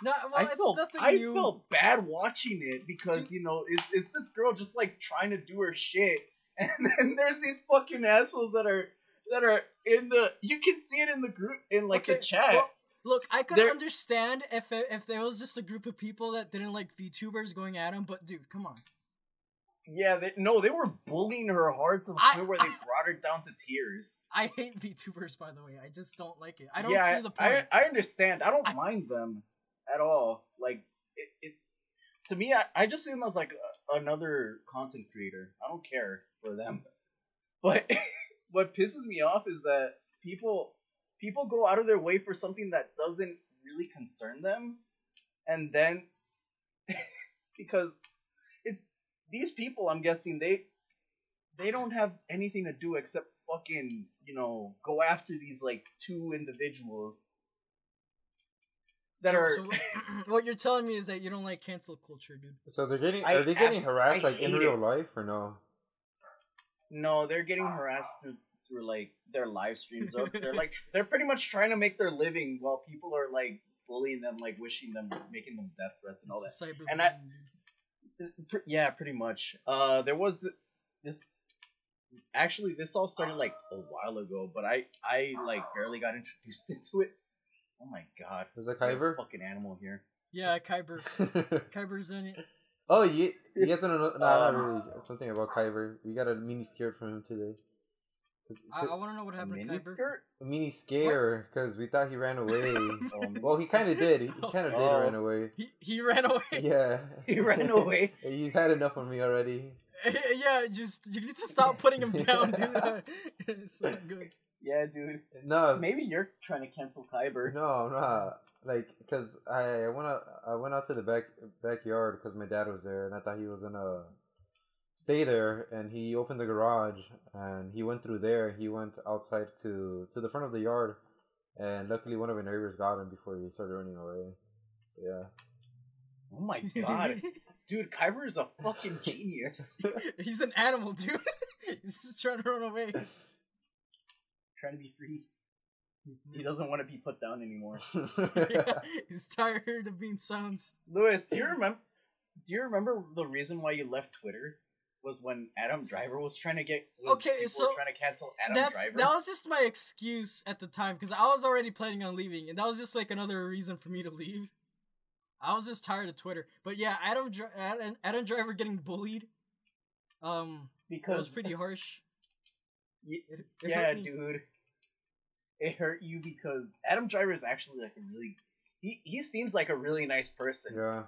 A: no, well,
B: I
A: it's
B: felt
A: nothing
B: I
A: new.
B: felt bad watching it because
A: Dude.
B: you know it's it's this girl just like trying to do her shit, and then there's these fucking assholes that are that are in the you can see it in the group in like the
A: Okay,
B: chat.
A: well, Look, I could
B: There-
A: understand if if there was just a group of people that didn't like VTubers going at him, but dude, come on.
B: yeah, they, no, they were bullying her hard to the
A: I-
B: point where they brought her down to tears.
A: I hate VTubers, by the way. I just don't like it. I don't
B: yeah,
A: see the
B: I-
A: point.
B: I, I understand. I don't
A: I-
B: mind them at all. Like it, it to me, I, I just see them as like a, another content creator. I don't care for them. But what pisses me off is that people people go out of their way for something that doesn't really concern them, and then because it these people, I'm guessing they they don't have anything to do except fucking you know go after these like two individuals that
A: So-
B: are.
A: so what you're telling me is that you don't like cancel culture, dude.
C: so they're getting
B: I
C: are they getting
B: abs-
C: harassed
B: I
C: like in
B: hate
C: real
B: it.
C: life or no?
B: No, they're getting harassed through, through like their live streams. They're- they're like they're pretty much trying to make their living while people are like bullying them, like wishing them, making them death threats and all that.
A: It's a cyber
B: And I-
A: bullying, dude.
B: Pr- Yeah, pretty much. Uh, there was this. Actually, this all started like a while ago, but I I like barely got introduced into it. Oh my god,
C: Is that
B: what a
C: Kyver?
B: fucking animal here.
A: Yeah, Kyber. Kyber's in it.
C: oh, you you guys don't know? No, not
B: Um,
C: really. Something about Kyver. We got a mini scared from him today. 'Cause-
A: I, I want to know what
B: A
A: happened to
B: mini
A: Kyber.
B: skirt?
C: a mini scare because we thought he ran away.
B: Um,
C: well, he kind of did. He, kind of did
B: Oh.
C: run away.
A: He, he ran away. Yeah.
C: Yeah,
B: He ran away.
C: He's had enough of me already.
A: just you need to stop putting him down, dude. it's not good.
B: Yeah, dude.
C: No,
B: Maybe you're trying to cancel Kyber.
C: No, I'm not. Like, cause I I went out I went out to the back backyard because my dad was there, and I thought he was gonna stay there. And he opened the garage, and he went through there. He went outside to to the front of the yard, and luckily one of our neighbors got him before he started running away. Yeah,
B: Oh my god. Dude, Kyber is a fucking genius.
A: He's an animal, dude. He's just trying to run away.
B: Trying to be free. He doesn't want to be put down anymore.
A: Yeah, he's tired of being silenced.
B: Lewis, do you remember? Do you remember the reason why you left Twitter? Was when Adam Driver was trying to get was
A: Okay,
B: people
A: so
B: were trying to cancel Adam
A: That's
B: Driver.
A: that was just my excuse at the time because I was already planning on leaving, and that was just like another reason for me to leave. I was just tired of Twitter, but yeah, Adam Dri- Adam, Adam Driver getting bullied, um, that was
B: because
A: pretty harsh.
B: Ye-
A: It- it
B: yeah,
A: hurt me.
B: dude, it hurt you because Adam Driver is actually like a really he he seems like a really nice person.
C: yeah,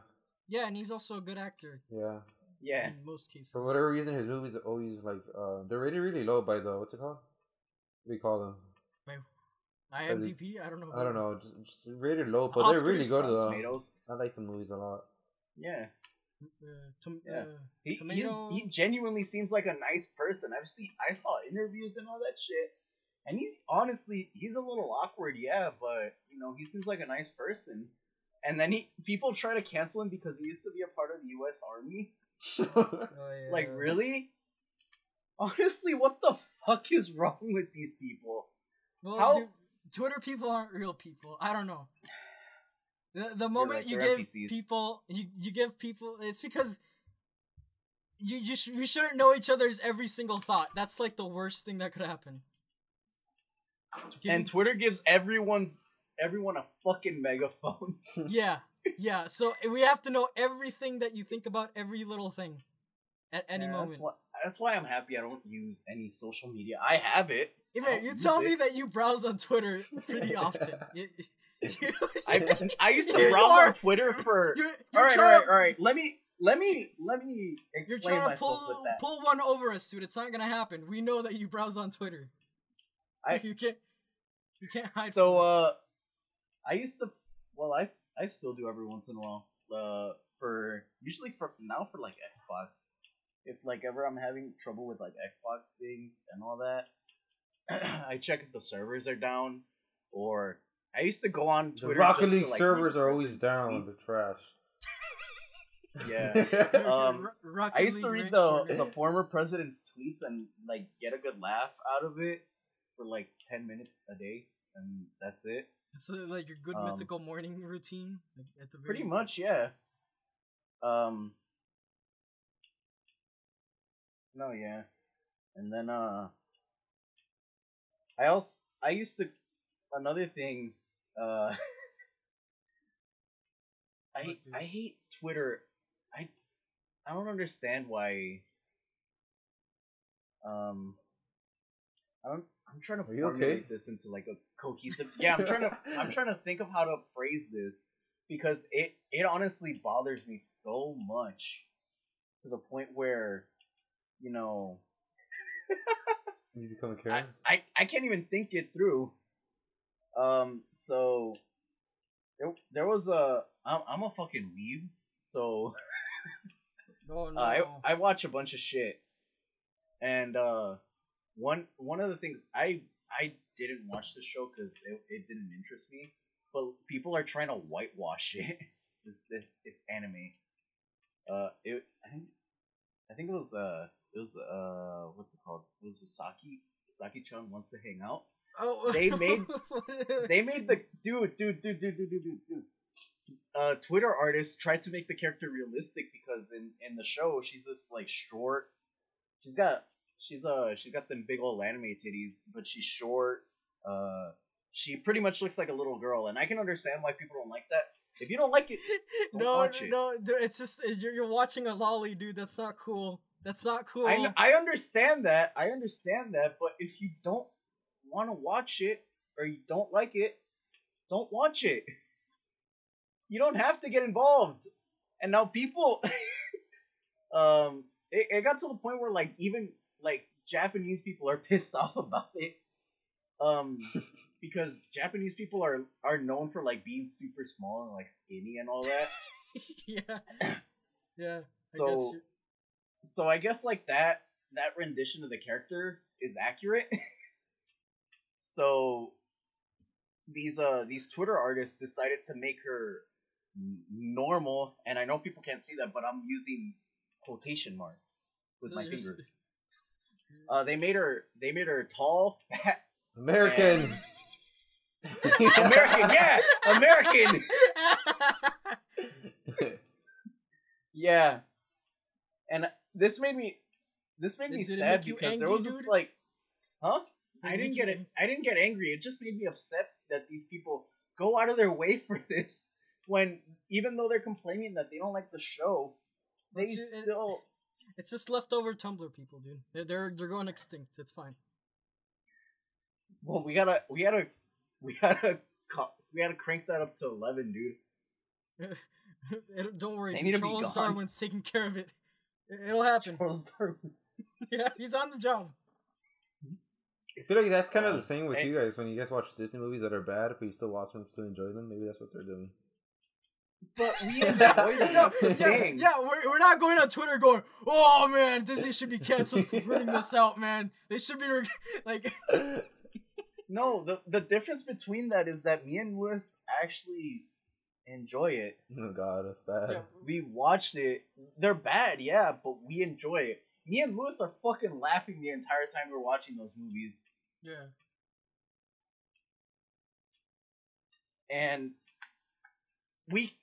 A: Yeah, and he's also a good actor.
C: yeah.
B: Yeah.
A: in most cases.
C: For whatever reason, his movies are always like uh, they're rated really low by the what's it called? What do you call them?
A: IMDb? I don't know.
C: I don't know, just, just rated low, but
A: Oscars,
C: they're really good though.
B: Tomatoes.
C: I like the movies a lot.
B: Yeah.
A: Uh, tom-
B: Yeah.
A: uh,
B: He, he,
A: Tomato-
B: he genuinely seems like a nice person. I've seen I saw interviews and all that shit. And he honestly he's a little awkward, yeah, but you know, he seems like a nice person. And then he people try to cancel him because he used to be a part of the US Army.
A: oh, yeah.
B: Like really? Honestly, what the fuck is wrong with these people?
A: Well,
B: How-
A: dude, Twitter people aren't real people. I don't know. The, the moment
B: right,
A: you
B: they're
A: give
B: NPCs.
A: people, you, you give people, it's because you you sh- we shouldn't know each other's every single thought. That's like the worst thing that could happen. Giving-
B: And Twitter gives everyone's everyone a fucking megaphone.
A: yeah, yeah. So eh, we have to know everything that you think about every little thing at any
B: Yeah,
A: moment.
B: That's why, that's why I'm happy I don't use any social media. I have it.
A: Hey,
B: I
A: man,
B: don't
A: you
B: use
A: tell me
B: it.
A: that you browse on Twitter pretty often. You, you,
B: I, I used
A: Here
B: to
A: you
B: browse
A: are.
B: on Twitter for.
A: you're,
B: All
A: you're
B: right, all
A: trying
B: right,
A: to
B: all right. Let me, let me, let me
A: You're
B: explain
A: trying to
B: myself
A: pull
B: with that.
A: pull one over us, dude. It's not gonna happen. We know that you browse on Twitter.
B: I-
A: you can't you can't hide.
B: so,
A: from us.
B: uh, I used to. Well, I, s- I still do every once in a while. Uh, for usually for now for like Xbox. If like ever I'm having trouble with like Xbox things and all that, I check if the servers are down, or I used to go on
C: The
B: Twitter.
C: Rocket
B: just to,
C: League
B: like,
C: servers
B: read
C: are always
B: person's
C: down. The
B: tweets.
C: trash.
B: Yeah.
A: You're- you're
B: um,
A: Ro- Rocket
B: I used to
A: League
B: read
A: rank
B: the
A: corner.
B: the former president's tweets and like get a good laugh out of it for like ten minutes a day, and that's it.
A: It's uh, like your good
B: um,
A: mythical morning routine. Like, at the
B: Pretty
A: very-
B: much, yeah. Um. No, yeah, and then uh, I also I used to another thing. Uh, I
A: What, dude?
B: I hate Twitter. I I don't understand why. Um, I don't. I'm trying to
C: Are you
B: formulate
C: okay?
B: this into like a cohesive. Yeah, I'm trying to. I'm trying to think of how to phrase this because it it honestly bothers me so much to the point where, you know,
C: You become a
B: I,
C: Karen.
B: I, I can't even think it through. Um, so there, there was a I'm I'm a fucking weeb, so
A: Oh no.
B: uh, I I watch a bunch of shit, and uh, one one of the things I I didn't watch the show because it, it didn't interest me, but people are trying to whitewash it. It's it's, it's anime. Uh, it I think I think it was uh it was uh what's it called? It was Saki Saki Chan wants to hang out
A: oh,
B: they made- they made the dude, dude, dude, dude, dude, dude, dude, dude. Uh, Twitter artist tried to make the character realistic because in in the show she's just like short. She's got she's uh she's got them big old anime titties, but she's short. Uh, she pretty much looks like a little girl, and I can understand why people don't like that. If you don't like it, Don't
A: no,
B: watch it.
A: no, dude, it's just you're, you're watching a lolly, dude. That's not cool. That's not cool.
B: I I understand that. I understand that, but if you don't want to watch it or you don't like it, don't watch it. You don't have to get involved. And now people um it, it got to the point where like even like Japanese people are pissed off about it. Um because Japanese people are are known for like being super small and like skinny and all that.
A: yeah, yeah.
B: So
A: I guess you're-
B: so I guess like that that rendition of the character is accurate. so these uh these Twitter artists decided to make her n- normal, and I know people can't see that, but I'm using quotation marks with
A: So
B: my
A: you're s-
B: fingers. Uh, they made her they made her tall, fat,
C: American.
B: American, yeah, American, yeah. And this made me this made
A: Did-
B: me
A: did it
B: sad
A: make you
B: because there
A: angry,
B: was this,
A: dude?
B: like, huh? I
A: Did it
B: didn't
A: make
B: get
A: you
B: it. I didn't get angry. It just made me upset that these people go out of their way for this. When even though they're complaining that they don't like the show, they
A: But you- it-
B: still
A: It's just leftover Tumblr people, dude. They're they're, they're going extinct. It's fine.
B: well, we gotta, we gotta, we gotta, co- we gotta crank that up to eleven, dude.
A: It- don't worry,
B: They
A: dude.
B: need to be
A: Charles
B: gone.
A: Darwin's taking care of it. It'll happen.
B: Charles Darwin.
A: Yeah, he's on the job.
C: I feel like that's kind of
B: Uh,
C: the same with
B: hey.
C: you guys when you guys watch Disney movies that are bad, but you still watch them to enjoy them. Maybe that's what they're doing.
A: But we
B: No,
A: yeah,
B: Dang.
A: yeah, we're, we're not going on Twitter going, oh man, Disney should be canceled for putting this out, man. They should be re- like,
C: Oh,
B: No, the the difference between that is that me and Lewis actually enjoy it.
C: oh god, that's
B: Uh.
C: bad.
B: We watched it. They're bad, yeah, but we enjoy it. Me and Lewis are fucking laughing the entire time we're watching those movies.
A: yeah,
B: And we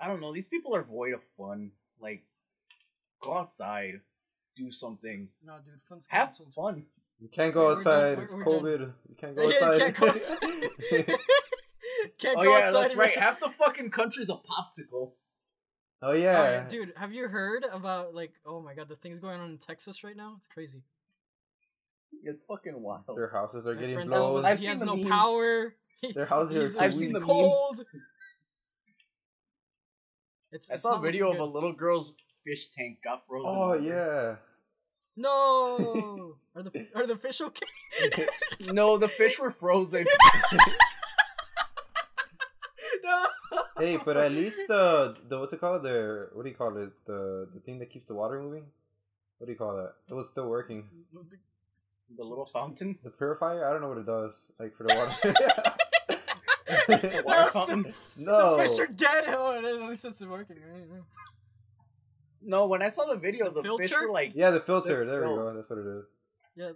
B: I don't know, these people are void of fun. Like go outside, do something.
A: no, dude, fun's
B: Have
A: canceled.
B: fun.
C: You can't go
A: Yeah, we're done.
C: outside.
A: We're-
C: It's
A: we're done.
C: COVID. You can't go
A: Yeah,
C: outside.
A: you can't go outside. can't go
B: oh yeah,
A: outside.
B: that's right. Half the fucking country's a popsicle.
C: oh
A: Oh,
C: yeah,
A: dude, have you heard about like, oh my god, the things going on in Texas right now? It's crazy.
B: It's fucking wild.
C: their houses are
A: My
C: getting
A: friend's all
C: blown.
A: over-
B: I've
A: he
B: seen
A: has
B: the
A: no
B: memes.
A: power. He-
C: Their houses are
A: he's-
C: too I've seen
A: he's
C: the
B: memes.
A: cold. It's,
B: I
A: it's
B: saw a
A: not looking
B: video of a
A: good.
B: little girl's fish tank got frozen.
C: Oh
B: over.
C: yeah.
A: No, are the are the fish okay?
B: No, the fish were frozen.
A: no.
C: Hey, but at least uh, the what's it called? The what do you call it? The the thing that keeps the water moving. What do you call that? It was still working.
B: the little fountain.
C: The purifier? I don't know what it does. Like for the water.
B: The water
A: They're
B: fountain.
A: so-
C: no.
A: The fish are dead. Oh, and at least it's working. right?
B: No, when I saw the video,
A: The
B: the, fish
A: filter?
B: were like,
C: Yeah, the filter.
B: That's
C: There we
B: so-
C: go. That's what it is.
A: Yeah,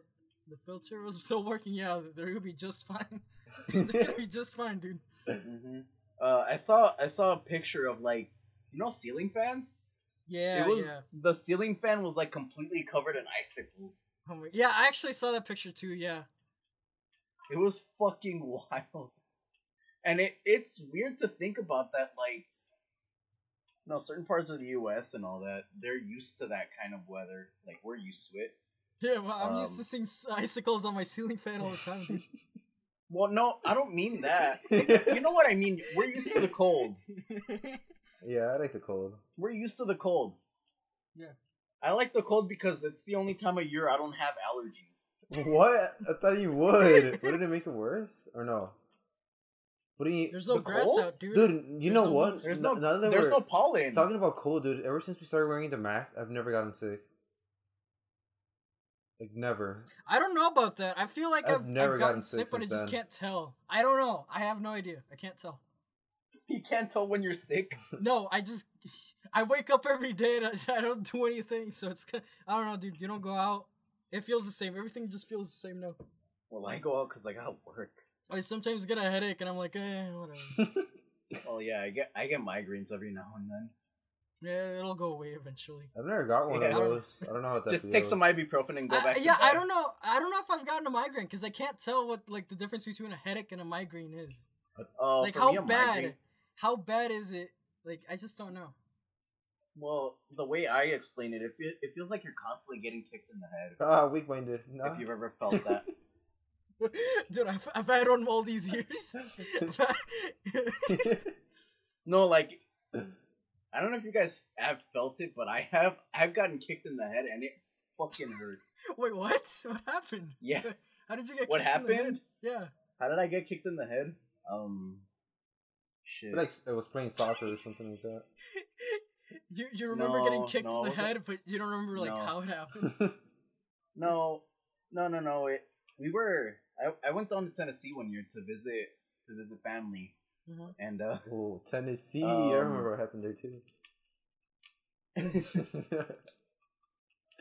A: the filter was still working. Yeah, they're gonna be just fine. they're gonna be just fine, dude.
B: Mhm. uh, I saw I saw a picture of like, you know, ceiling fans.
A: Yeah,
B: it was
A: yeah.
B: the ceiling fan was like completely covered in icicles.
A: Oh my, yeah, I actually saw that picture too. Yeah,
B: It was fucking wild, and it it's weird to think about that. Like, no, certain parts of the U.S. and all that, they're used to that kind of weather. Like we're used to it.
A: yeah. Well, I'm used
B: Um,
A: to seeing s- icicles on my ceiling fan all the time. Dude.
B: Well, no, I don't mean that. You know what I mean? We're used to the cold.
C: yeah, I like the cold.
B: We're used to the cold.
A: Yeah.
B: I like the cold because it's the only time of year I don't have allergies.
C: What? I thought you would. Wouldn't it make it worse? Or no? What do you?
A: There's no
B: The
A: grass
B: cold?
A: out, dude.
C: Dude, you
A: there's
C: know
A: no
C: what?
A: roots.
B: There's
C: N-
B: no,
C: now that
B: there's
C: we're
B: no pollen.
C: talking about cold, dude. Ever since we started wearing the mask, I've never gotten sick. Like never.
A: I don't know about that. I feel like
C: I've
A: I've,
C: never
A: I've gotten,
C: gotten sick
A: sick, but I
C: since
A: just
C: then.
A: can't tell. I don't know. I have no idea. I can't tell.
B: you can't tell when you're sick.
A: No, I just I wake up every day and I, I don't do anything. So it's ki- I don't know, dude. You don't go out. It feels the same. Everything just feels the same now.
B: Well, I go out because I got work.
A: I sometimes get a headache and I'm like, eh, whatever.
B: Oh yeah, I get I get migraines every now and then.
A: Yeah, it'll go away eventually.
C: I've never got one
B: Yeah.
C: of those. I don't know what that
B: Just take
C: feels.
B: some ibuprofen and go
A: I-
B: back. to
A: yeah, I
B: bed.
A: don't know. I don't know if I've gotten a migraine because I can't tell what like the difference between a headache and a migraine is.
B: Oh,
A: like
B: for
A: how
B: me, a
A: bad?
B: migraine-
A: How bad is it? Like I just don't know.
B: well, the way I explain it, it, fe- it feels like you're constantly getting kicked in the head.
C: Ah, weak-minded. No.
B: If you've ever felt that.
A: Dude, I've, I've had one all these years.
B: No, like I don't know if you guys have felt it, but I have. I've gotten kicked in the head and it fucking hurt.
A: Wait, what? What happened?
B: Yeah.
A: How did you get?
B: What
A: kicked in the head?
B: happened?
A: Yeah.
B: How did I get kicked in the head? Um, shit.
C: like it was playing soccer or something like that.
A: You you remember
B: No,
A: getting kicked
B: no, I
A: in the
B: wasn't-
A: head, but you don't remember like
B: No.
A: how it happened.
B: No, no, no, no. It. We were. I, I went down to Tennessee one year to visit to visit family,
A: Mhm.
B: and uh,
C: Oh, Tennessee! I
B: Um,
C: remember what happened there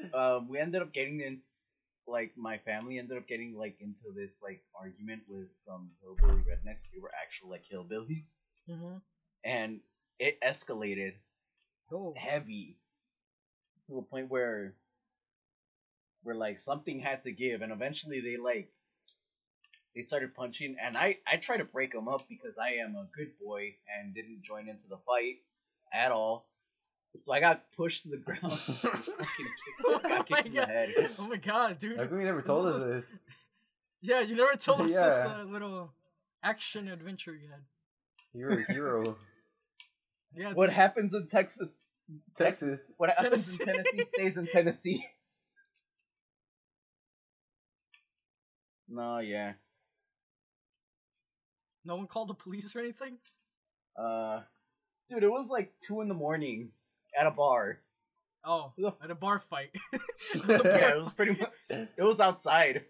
C: too.
B: uh, we ended up getting in. Like my family ended up getting like into this like argument with some hillbilly rednecks. They were actual like hillbillies,
A: Mhm.
B: and it escalated.
A: Oh.
B: heavy to a point where where like something had to give and eventually they like they started punching and i i tried to break them up because i am a good boy and didn't join into the fight at all so i got pushed to the ground Fucking kicked-
A: Oh
B: got kicked in the head.
A: god. Oh my god,
C: How
A: dude.
C: come you never told
A: This
C: us
A: is
C: this?
A: Yeah, you never told us this
C: Yeah.
A: uh, little action adventure you had.
C: You're a hero.
A: Yeah,
B: what
A: dude.
B: happens in texas
C: Texas.
B: What happens in
A: Tennessee.
B: Tennessee stays in Tennessee. no, yeah.
A: No one called the police or anything?
B: Uh, dude, it was like two in the morning at a bar.
A: Oh,
B: No.
A: at a bar fight. It was a bar
B: Yeah, it was
A: fight.
B: pretty much. It was outside.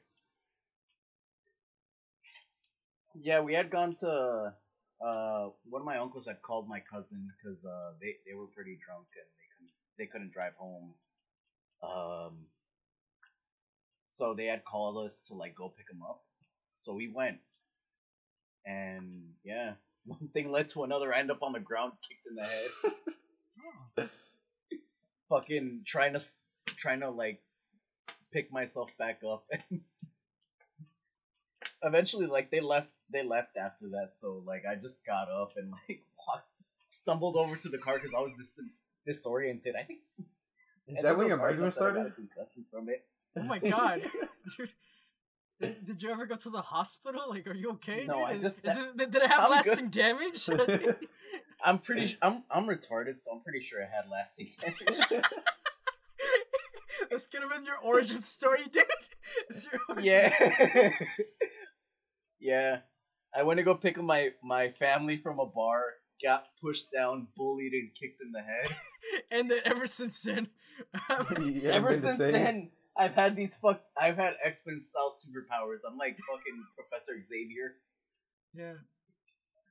B: Yeah, we had gone to. Uh, one of my uncles had called my cousin because uh, they they were pretty drunk and they couldn't they couldn't drive home. Um, so they had called us to like go pick him up. So we went, and yeah, one thing led to another. I ended up on the ground, kicked in the head
A: Oh.
B: fucking trying to trying to like pick myself back up and eventually like they left they left after that so like i just got up and like walked, stumbled over to the car because i was dis- disoriented i think
C: Is that when your migraine started?
B: started concussion from it
A: Oh my god. Dude. Did did you ever go to the hospital? Like, are you okay,
B: No, I
A: dude? Is-
B: just-
A: is this- did it have
B: I'm good.
A: lasting damage?
B: i'm pretty sh- i'm i'm retarded so i'm pretty sure i had lasting
A: Let's get him in your origin story, dude. It's your origin
B: yeah yeah i went to go pick up my my family from a bar got pushed down bullied and kicked in the head
A: And then ever since then,
C: You haven't
B: Ever
C: been the
B: since
C: same?
B: then, I've had these fuck. I've had X Men style superpowers. I'm like fucking Professor Xavier.
A: yeah.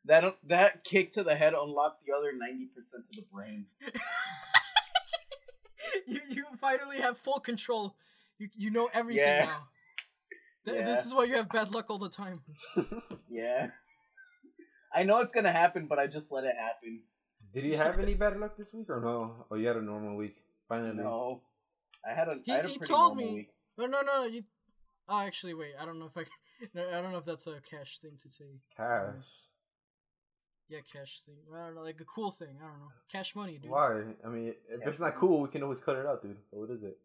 B: That that kick to the head unlocked the other ninety percent of the brain.
A: You you finally have full control. You you know everything
B: Yeah.
A: now. Th-
B: Yeah.
A: This is why you have bad luck all the time.
B: Yeah, I know it's gonna happen, but I just let it happen.
C: Did you have any bad luck this week or no? Oh, you had a normal week. Finally.
B: No, I had a.
A: He-
B: I had a
A: he
B: pretty
A: told
B: normal
A: me.
B: week.
A: No no no you. Oh, actually, wait. I don't know if I. can- No, I don't know if that's a cash thing to say.
C: Cash.
A: Yeah, cash thing. I don't know, like a cool thing. I don't know. Cash money, dude.
C: Why? I mean, if it's not cool, we can always cut it out, dude. So what is it?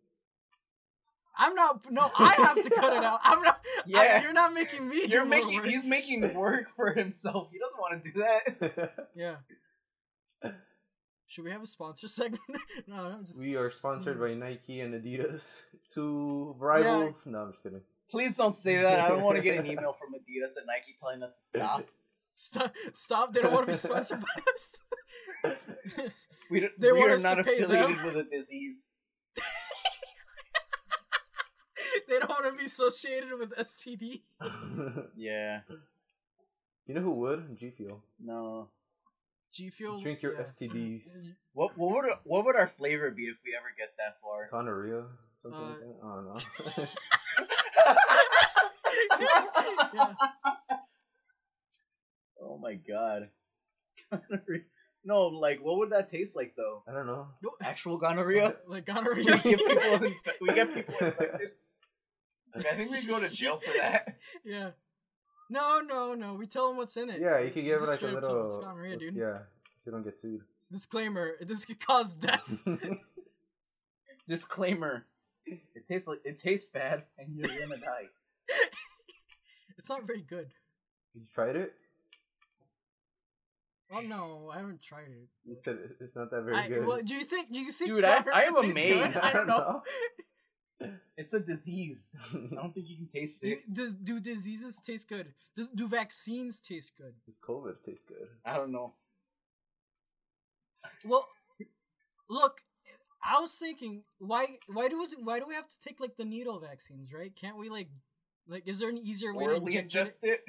A: I'm not. No, I have to cut it out. I'm not. Yeah.
B: Yeah.
A: you're not making me.
B: You're
A: do
B: making.
A: work.
B: He's making work for himself. He doesn't want to do that.
A: Yeah. Should we have a sponsor segment? no, I'm just.
C: we are
A: Mm.
C: sponsored by Nike and Adidas. Two rivals. No, I'm just kidding.
B: Please don't say that. I don't want to get an email from Adidas and Nike telling us to stop.
A: Stop! Stop! They don't want to be sponsored by us.
B: We, don't,
A: They
B: we
A: want
B: are
A: us to
B: not
A: pay them.
B: affiliated with a disease.
A: they don't want to be associated with STD.
B: Yeah.
C: you know who would? G Fuel.
B: No.
A: G Fuel.
C: Drink your
A: yeah.
C: STDs.
B: What what would what would our flavor be if we ever get that far?
C: Gonorrhea. Something
A: Uh,
C: like that. I don't know.
A: Yeah.
B: Oh my god. Gonorrhea. No, like what would that taste like though?
C: I don't know.
A: No,
B: Actual gonorrhea?
A: like
B: we
A: gonorrhea.
B: get people inf- we get people infected. I think we go to jail for that.
A: yeah. No, no, no. We tell them what's in it.
C: Yeah, you could give
A: Just
C: like a
A: straight up tell
C: little.
A: them it's gonorrhea, dude.
C: Yeah, you don't get sued.
A: Disclaimer: This could cause death.
B: Disclaimer. It tastes like it tastes bad and you're gonna die.
A: It's not very good.
C: you tried it?
A: Oh no, I haven't tried it.
C: You said it- it's not that very
A: I,
C: good.
A: well, do you think? Do you think?
B: Dude, I-
A: gonorrhea
B: I am
A: tastes
B: amazed.
A: good? I don't know.
B: It's a disease. I don't think you can taste
A: Do,
B: it.
A: do, do diseases taste good? Do, do vaccines taste good?
C: This COVID tastes good.
B: I don't know.
A: Well, look, I was thinking, why why do we, why do we have to take like the needle vaccines, right? Can't we like like is there an easier way
B: Orally
A: to inject
B: ingest
A: it?
B: it?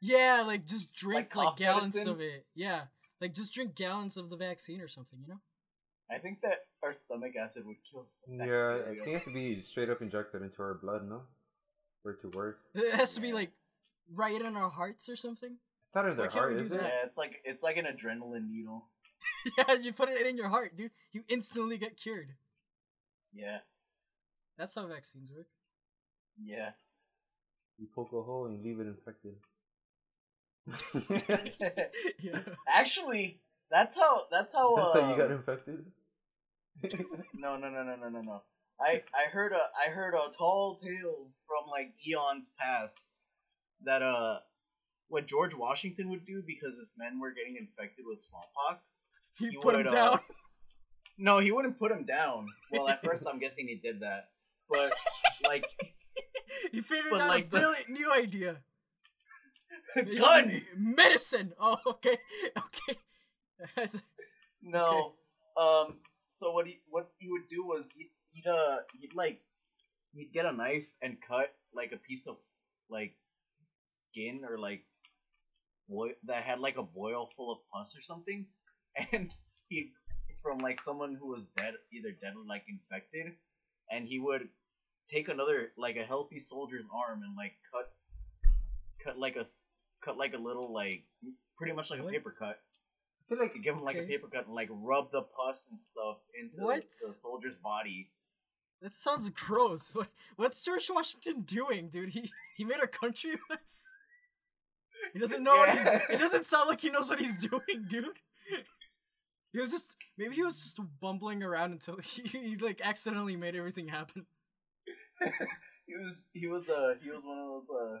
A: Yeah, like just drink like,
B: cough
A: gallons
B: medicine?
A: of it. Yeah, like just drink gallons of the vaccine or something, you know?
B: I think that our stomach acid would kill. the
C: Yeah, I
B: bacteria.
C: think it has to be straight up injected into our blood, no? For it to work.
A: It has to be
B: Yeah.
A: like right in our hearts or something.
C: It's not in
A: Why
C: their
A: can't
C: heart,
A: we
C: is
A: do
C: it?
A: that?
B: Yeah, it's like it's like an adrenaline needle.
A: yeah, you put it in your heart, dude. You instantly get cured.
B: Yeah,
A: That's how vaccines work.
B: yeah.
C: You poke a hole and you leave it infected.
A: yeah.
B: Actually, that's how that's how.
C: That's how you got
B: um,
C: infected?
B: No, no, no, no, no, no, no. I I heard a I heard a tall tale from like eons past that uh what George Washington would do because his men were getting infected with smallpox.
A: You
B: You
A: put him
B: would, uh,
A: down.
B: No, he wouldn't put him down. Well, at first, I'm guessing he did that, but like
A: He figured
B: But
A: out a
B: like the-
A: brilliant new idea.
B: gun.
A: medicine. Oh, okay, okay.
B: No. Um. So what he what he would do was he'd, he'd uh he'd like he'd get a knife and cut like a piece of like skin or like what that had like a boil full of pus or something, and he from like someone who was dead either dead or like infected, and he would take another like a healthy soldier's arm and like cut cut like a s- cut like a little like pretty much like
A: What?
B: a paper cut
C: I feel like
B: give him like a
A: Okay.
B: paper cut and like rub the pus and stuff into
A: What?
B: the soldier's body.
A: That sounds gross. What what's George Washington doing, dude? He he made our country. he doesn't know. What he's,
B: Yeah.
A: it doesn't sound like he knows what he's doing, dude. He was just maybe he was just bumbling around until he, he like accidentally made everything happen.
B: He was he was uh he was one of those uh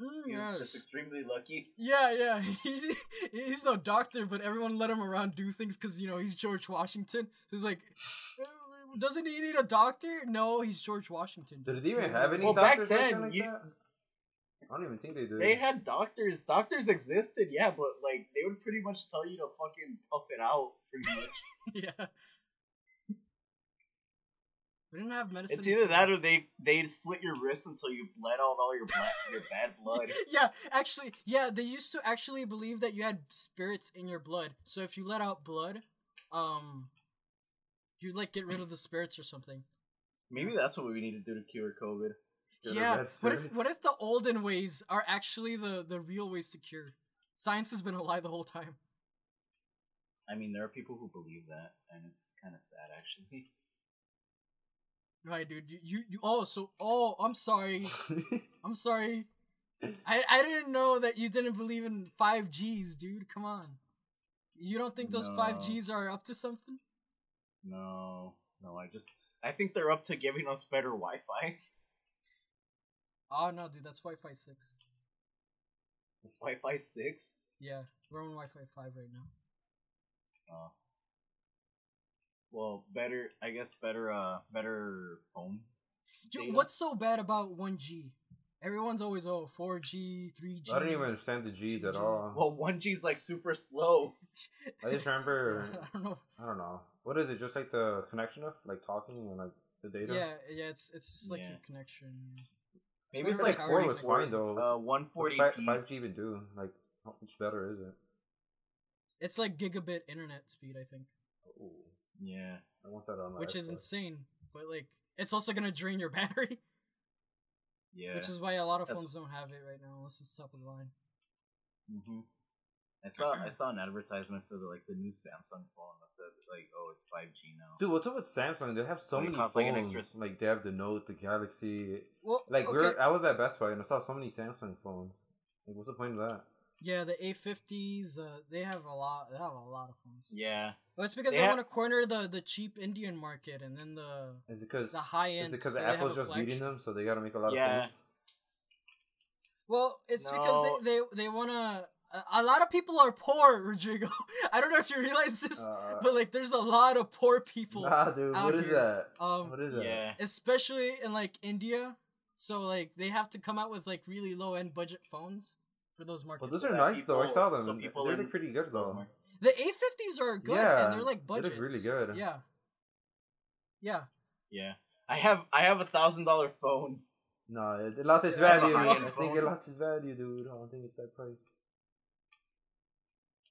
A: Mm,
B: he was
A: yes.
B: just extremely lucky.
A: Yeah, yeah. He's, he's no doctor, but everyone let him around do things because, you know, he's George Washington. So it's like, "Uh, doesn't he need a doctor? No, he's George Washington.
C: Did they even have any
B: Well, back
C: doctors back
B: then,
C: then, like
B: you-
C: that? I don't even think they did.
B: They had doctors. Doctors existed, yeah, but like they would pretty much tell you to fucking tough it out. Pretty much.
A: Yeah. We didn't have medicine.
B: it's either that or they they would slit your wrists until you bled out all your bla- your bad blood.
A: Yeah, actually, yeah, they used to actually believe that you had spirits in your blood. So if you let out blood, um, you like get rid of the spirits or something.
B: Maybe that's what we need to do to cure COVID.
C: Get rid of
A: yeah.
C: bad
A: What if
C: spirits.
A: what if the olden ways are actually the the real ways to cure? Science has been a lie the whole time.
B: I mean, there are people who believe that, and it's kind of sad actually.
A: Right, dude. You, you you oh so oh I'm sorry. I'm sorry. I I didn't know that you didn't believe in five Gs, dude. Come on. You don't think those five
B: No.
A: Gs are up to something?
B: No, no, I just I think they're up to giving us better Wi-Fi.
A: Oh no, dude. That's Wi-Fi six.
B: It's Wi-Fi six.
A: Yeah, we're on Wi-Fi five right now.
B: Oh. Well, better. I guess better. Uh, better phone.
A: Dude,
B: Data.
A: what's so bad about one G? Everyone's always oh 4G, 3G.
C: I don't even understand the G's at all.
B: Well, one G's like super slow.
C: I just remember,
A: I don't know.
C: I don't know, what is it? Just like the connection of like talking and like the data.
A: Yeah, yeah. It's it's just like
B: Yeah.
A: your connection.
B: Maybe
A: Whatever
B: it's like
A: tower
C: four
A: you
C: was
A: connect to.
C: fine though.
B: uh one
C: What
B: forty
C: does
B: p.
C: five G even do? Like, how much better is it?
A: It's like gigabit internet speed, I think,
C: Ooh,
B: Yeah.
C: I want that on
B: Oh,
C: my
A: which is
C: Xbox.
A: insane. But like, it's also gonna drain your battery,
B: Yeah.
A: which is why a lot of
B: That's-
A: phones don't have it right now, unless it's top of the line.
B: hmm I saw I saw an advertisement for the like the new Samsung phone that said like oh it's five G now.
C: Dude, what's up with Samsung? They have so
B: Like, it
C: many phones.
B: costs, like, an
C: Like,
B: extra-
C: they have the Note, the Galaxy.
A: Well,
C: Like
A: okay.
C: we
B: uh,
C: are I was at Best Buy and I saw so many Samsung phones. Like, what's the point of that?
A: yeah, the A50s, uh, they have a lot. They have a lot of phones.
B: Yeah.
A: Well, it's because
B: They
A: they
B: ha-
A: want to corner the the cheap Indian market, and then the
C: Is it because
A: The high
C: Is
A: end,
C: it because
A: so they have
C: Apple's
A: a
C: just beating
A: flagship.
C: them, so they got to make a lot
B: Yeah.
C: of phones?
A: Well, it's
B: No.
A: because they they, they want to. A lot of people are poor, Rodrigo. I don't know if you realize this,
C: Uh,
A: but like, there's a lot of poor people.
C: nah, dude,
A: out
C: what is
A: here.
C: that?
A: um,
C: what is that?
B: Yeah.
A: especially in like India. So like, they have to come out with like really low end budget phones for those
C: Well,
A: markets.
C: those
B: So
C: are
B: that
C: nice though. I
B: people-
C: saw them.
B: so
C: They-
B: people
C: they
B: in-
C: look pretty good though.
A: the A50s are good,
C: Yeah,
A: and they're like
C: they look
A: budget.
C: really good.
A: Yeah. Yeah.
B: Yeah. I have I have a thousand dollar phone.
C: No, it, it lost its
A: Yeah, that's a
C: value. I
A: high-end
C: think it
B: phone.
C: lost its value, dude. I don't think it's that price.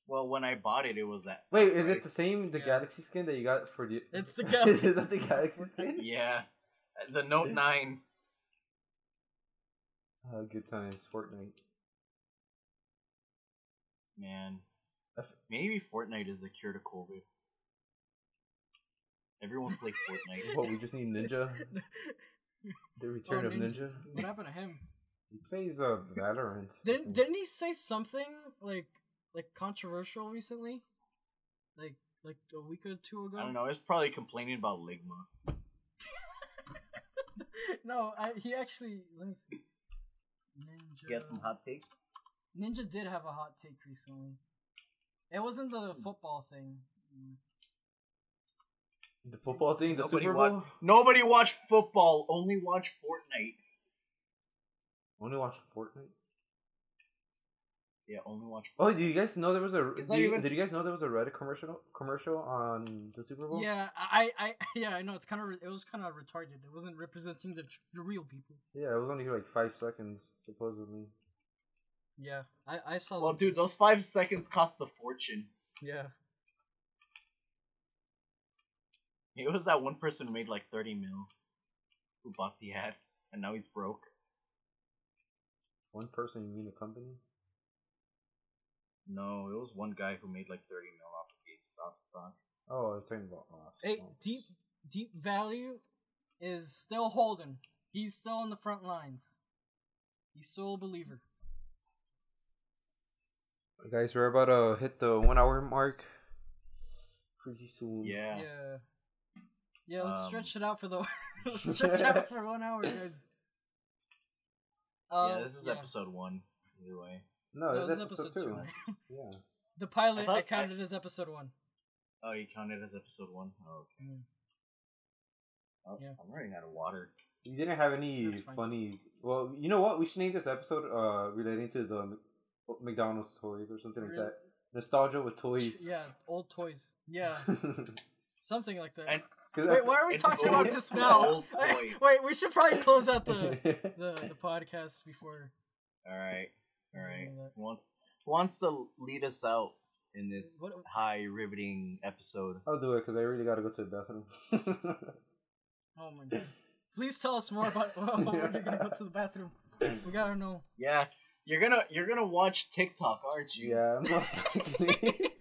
B: Well, when I bought it, it was that.
C: Wait, is it the same the
A: Yeah.
C: Galaxy skin that you got for the?
A: It's the Galaxy.
C: is that the Galaxy skin?
B: Yeah. The Note Nine.
C: Oh, good times, Fortnite.
B: Man,
C: I f-
B: maybe Fortnite is the cure to COVID. Everyone play Fortnite.
C: What we just need Ninja. The return of
A: Oh, Ninja.
C: Ninja.
A: What happened to him?
C: He plays uh, Valorant.
A: Didn't didn't he say something like like controversial recently? Like like a week or two ago.
B: I don't know. It's probably complaining about Ligma.
A: no, I, he actually. Let me see. Ninja.
B: Get some hot takes.
A: Ninja did have a hot take
B: Hmm.
A: recently. It wasn't the football thing. Mm.
C: The football thing, the
B: Nobody
C: Super
B: wa-
C: Bowl.
B: Nobody watched football. Only watched Fortnite.
C: Only watch Fortnite.
B: Yeah, only watch.
C: Oh, do you guys know there was a?
B: It's
C: Did
B: not
C: you,
B: even-
C: did you guys know there was a Reddit commercial commercial on the Super Bowl?
A: Yeah, I, I, yeah, I know. It's kind of, it was kind of retarded. It wasn't representing the, tr- the real people.
C: Yeah, it was only like five seconds supposedly.
A: Yeah, I, I saw.
B: Well,
A: the
B: dude,
A: post.
B: those five seconds cost a fortune.
A: Yeah,
B: It was that one person who made like thirty mil, who bought the ad, and now he's broke.
C: One person, you mean a company?
B: No, it was one guy who made like thirty mil off of GameStop stock.
C: Oh, I'm talking about. Oh,
A: hey,
C: oh.
A: deep, deep value is still holding. He's still on the front lines. He's still a believer.
C: Guys, we're about to hit the one hour mark pretty soon.
B: Yeah.
A: Yeah. Yeah, let's
B: Um,
A: stretch it out for the let's stretch out for one hour, guys.
B: Yeah,
A: Um,
B: this is episode one. Either way.
C: No,
A: No,
C: that's episode, two. yeah.
A: the pilot
B: I thought
A: I
B: I-
A: counted as episode one.
B: Oh, you counted as episode one. Oh, okay.
A: Mm.
B: Oh,
A: Yeah.
B: I'm running out of water.
C: You didn't have any
A: That's fine.
C: funny. Well, you know what? We should name this episode uh relating to the Mc- McDonald's toys or something
A: Really?
C: like that. Nostalgia with toys.
A: Yeah, old toys. Yeah, something like that.
B: And-
A: Wait, why are we
B: It's
A: talking about
B: old-
A: this now?
B: old toy.
A: Wait, we should probably close out the the, the podcast before.
B: All right, all right.
A: Yeah.
B: Who wants who wants to lead us out in this
A: What-
B: high riveting episode?
C: I'll do it because I really gotta go to the bathroom.
A: Oh my god! Please tell us more about about when you're gonna go to the bathroom. We gotta know.
B: Yeah, you're gonna you're gonna watch TikTok, aren't you?
C: yeah. most likely.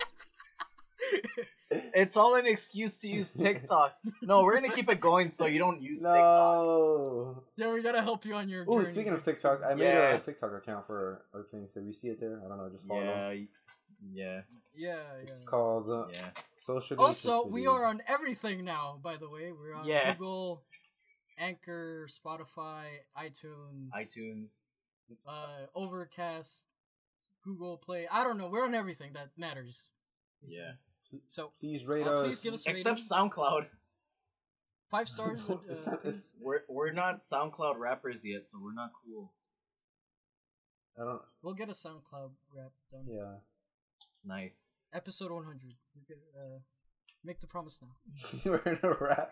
B: It's all an excuse to use TikTok. no, we're gonna keep it going so you don't use TikTok.
C: no.
A: Yeah, we gotta help you on your.
C: Oh,
A: journey.
C: speaking of TikTok, I made
B: Yeah.
C: a TikTok account for our thing, so you see it there. I don't know, just follow.
B: Yeah, y- yeah,
A: yeah, yeah.
C: It's called uh,
B: yeah.
C: Social.
A: Also, we are on everything now. By the way, we're on
B: Yeah.
A: Google, Anchor, Spotify, iTunes,
B: iTunes.
A: uh, Overcast, Google Play. I don't know. We're on everything that matters.
B: Yeah.
A: So
C: Please rate
A: Uh,
C: us.
A: please give us-
B: Except SoundCloud.
A: five stars.
C: No,
A: uh,
C: it's not
A: please.
B: We're we're not SoundCloud rappers yet, so we're not cool.
C: I don't.
A: We'll get a SoundCloud rap done.
C: Yeah.
B: Nice.
A: Episode 100. We could, uh, make the promise now.
C: We're in a wrap.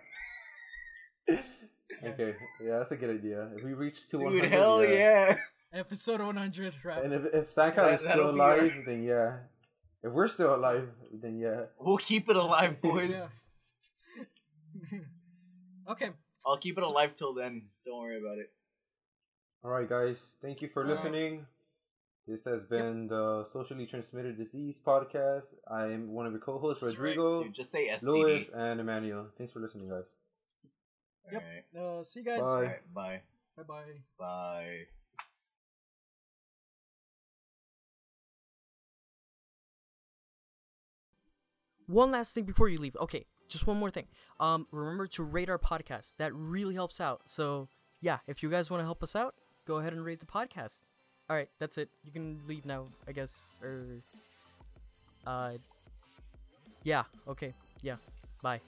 C: okay. Yeah, that's a good idea. If we reach to
B: Dude,
C: 100,
B: hell yeah.
A: Episode 100 rap.
C: And if if SoundCloud
B: That-
C: is
B: that'll
C: still
B: be our-
C: alive, then yeah. If we're still alive, then yeah.
B: We'll keep it alive, boys.
A: yeah. okay.
B: I'll keep it alive till then. Don't worry about it.
C: All right, guys. Thank you for
A: All right.
C: listening. This has been the socially transmitted disease podcast. I am one of your co-hosts,
A: That's right.
C: Rodrigo,
B: Dude, just say STD.
C: Louis, and Emmanuel. Thanks for listening, guys.
A: Yep.
B: Alright.
A: Uh, see you guys.
C: Bye.
B: Alright, bye.
A: Bye bye.
B: Bye.
D: One last thing before you leave. Okay, just one more thing. Um, remember to rate our podcast. That really helps out. So yeah, if you guys want to help us out, go ahead and rate the podcast. All right, that's it. You can leave now, I guess. Or, uh, yeah. Okay. Yeah. Bye.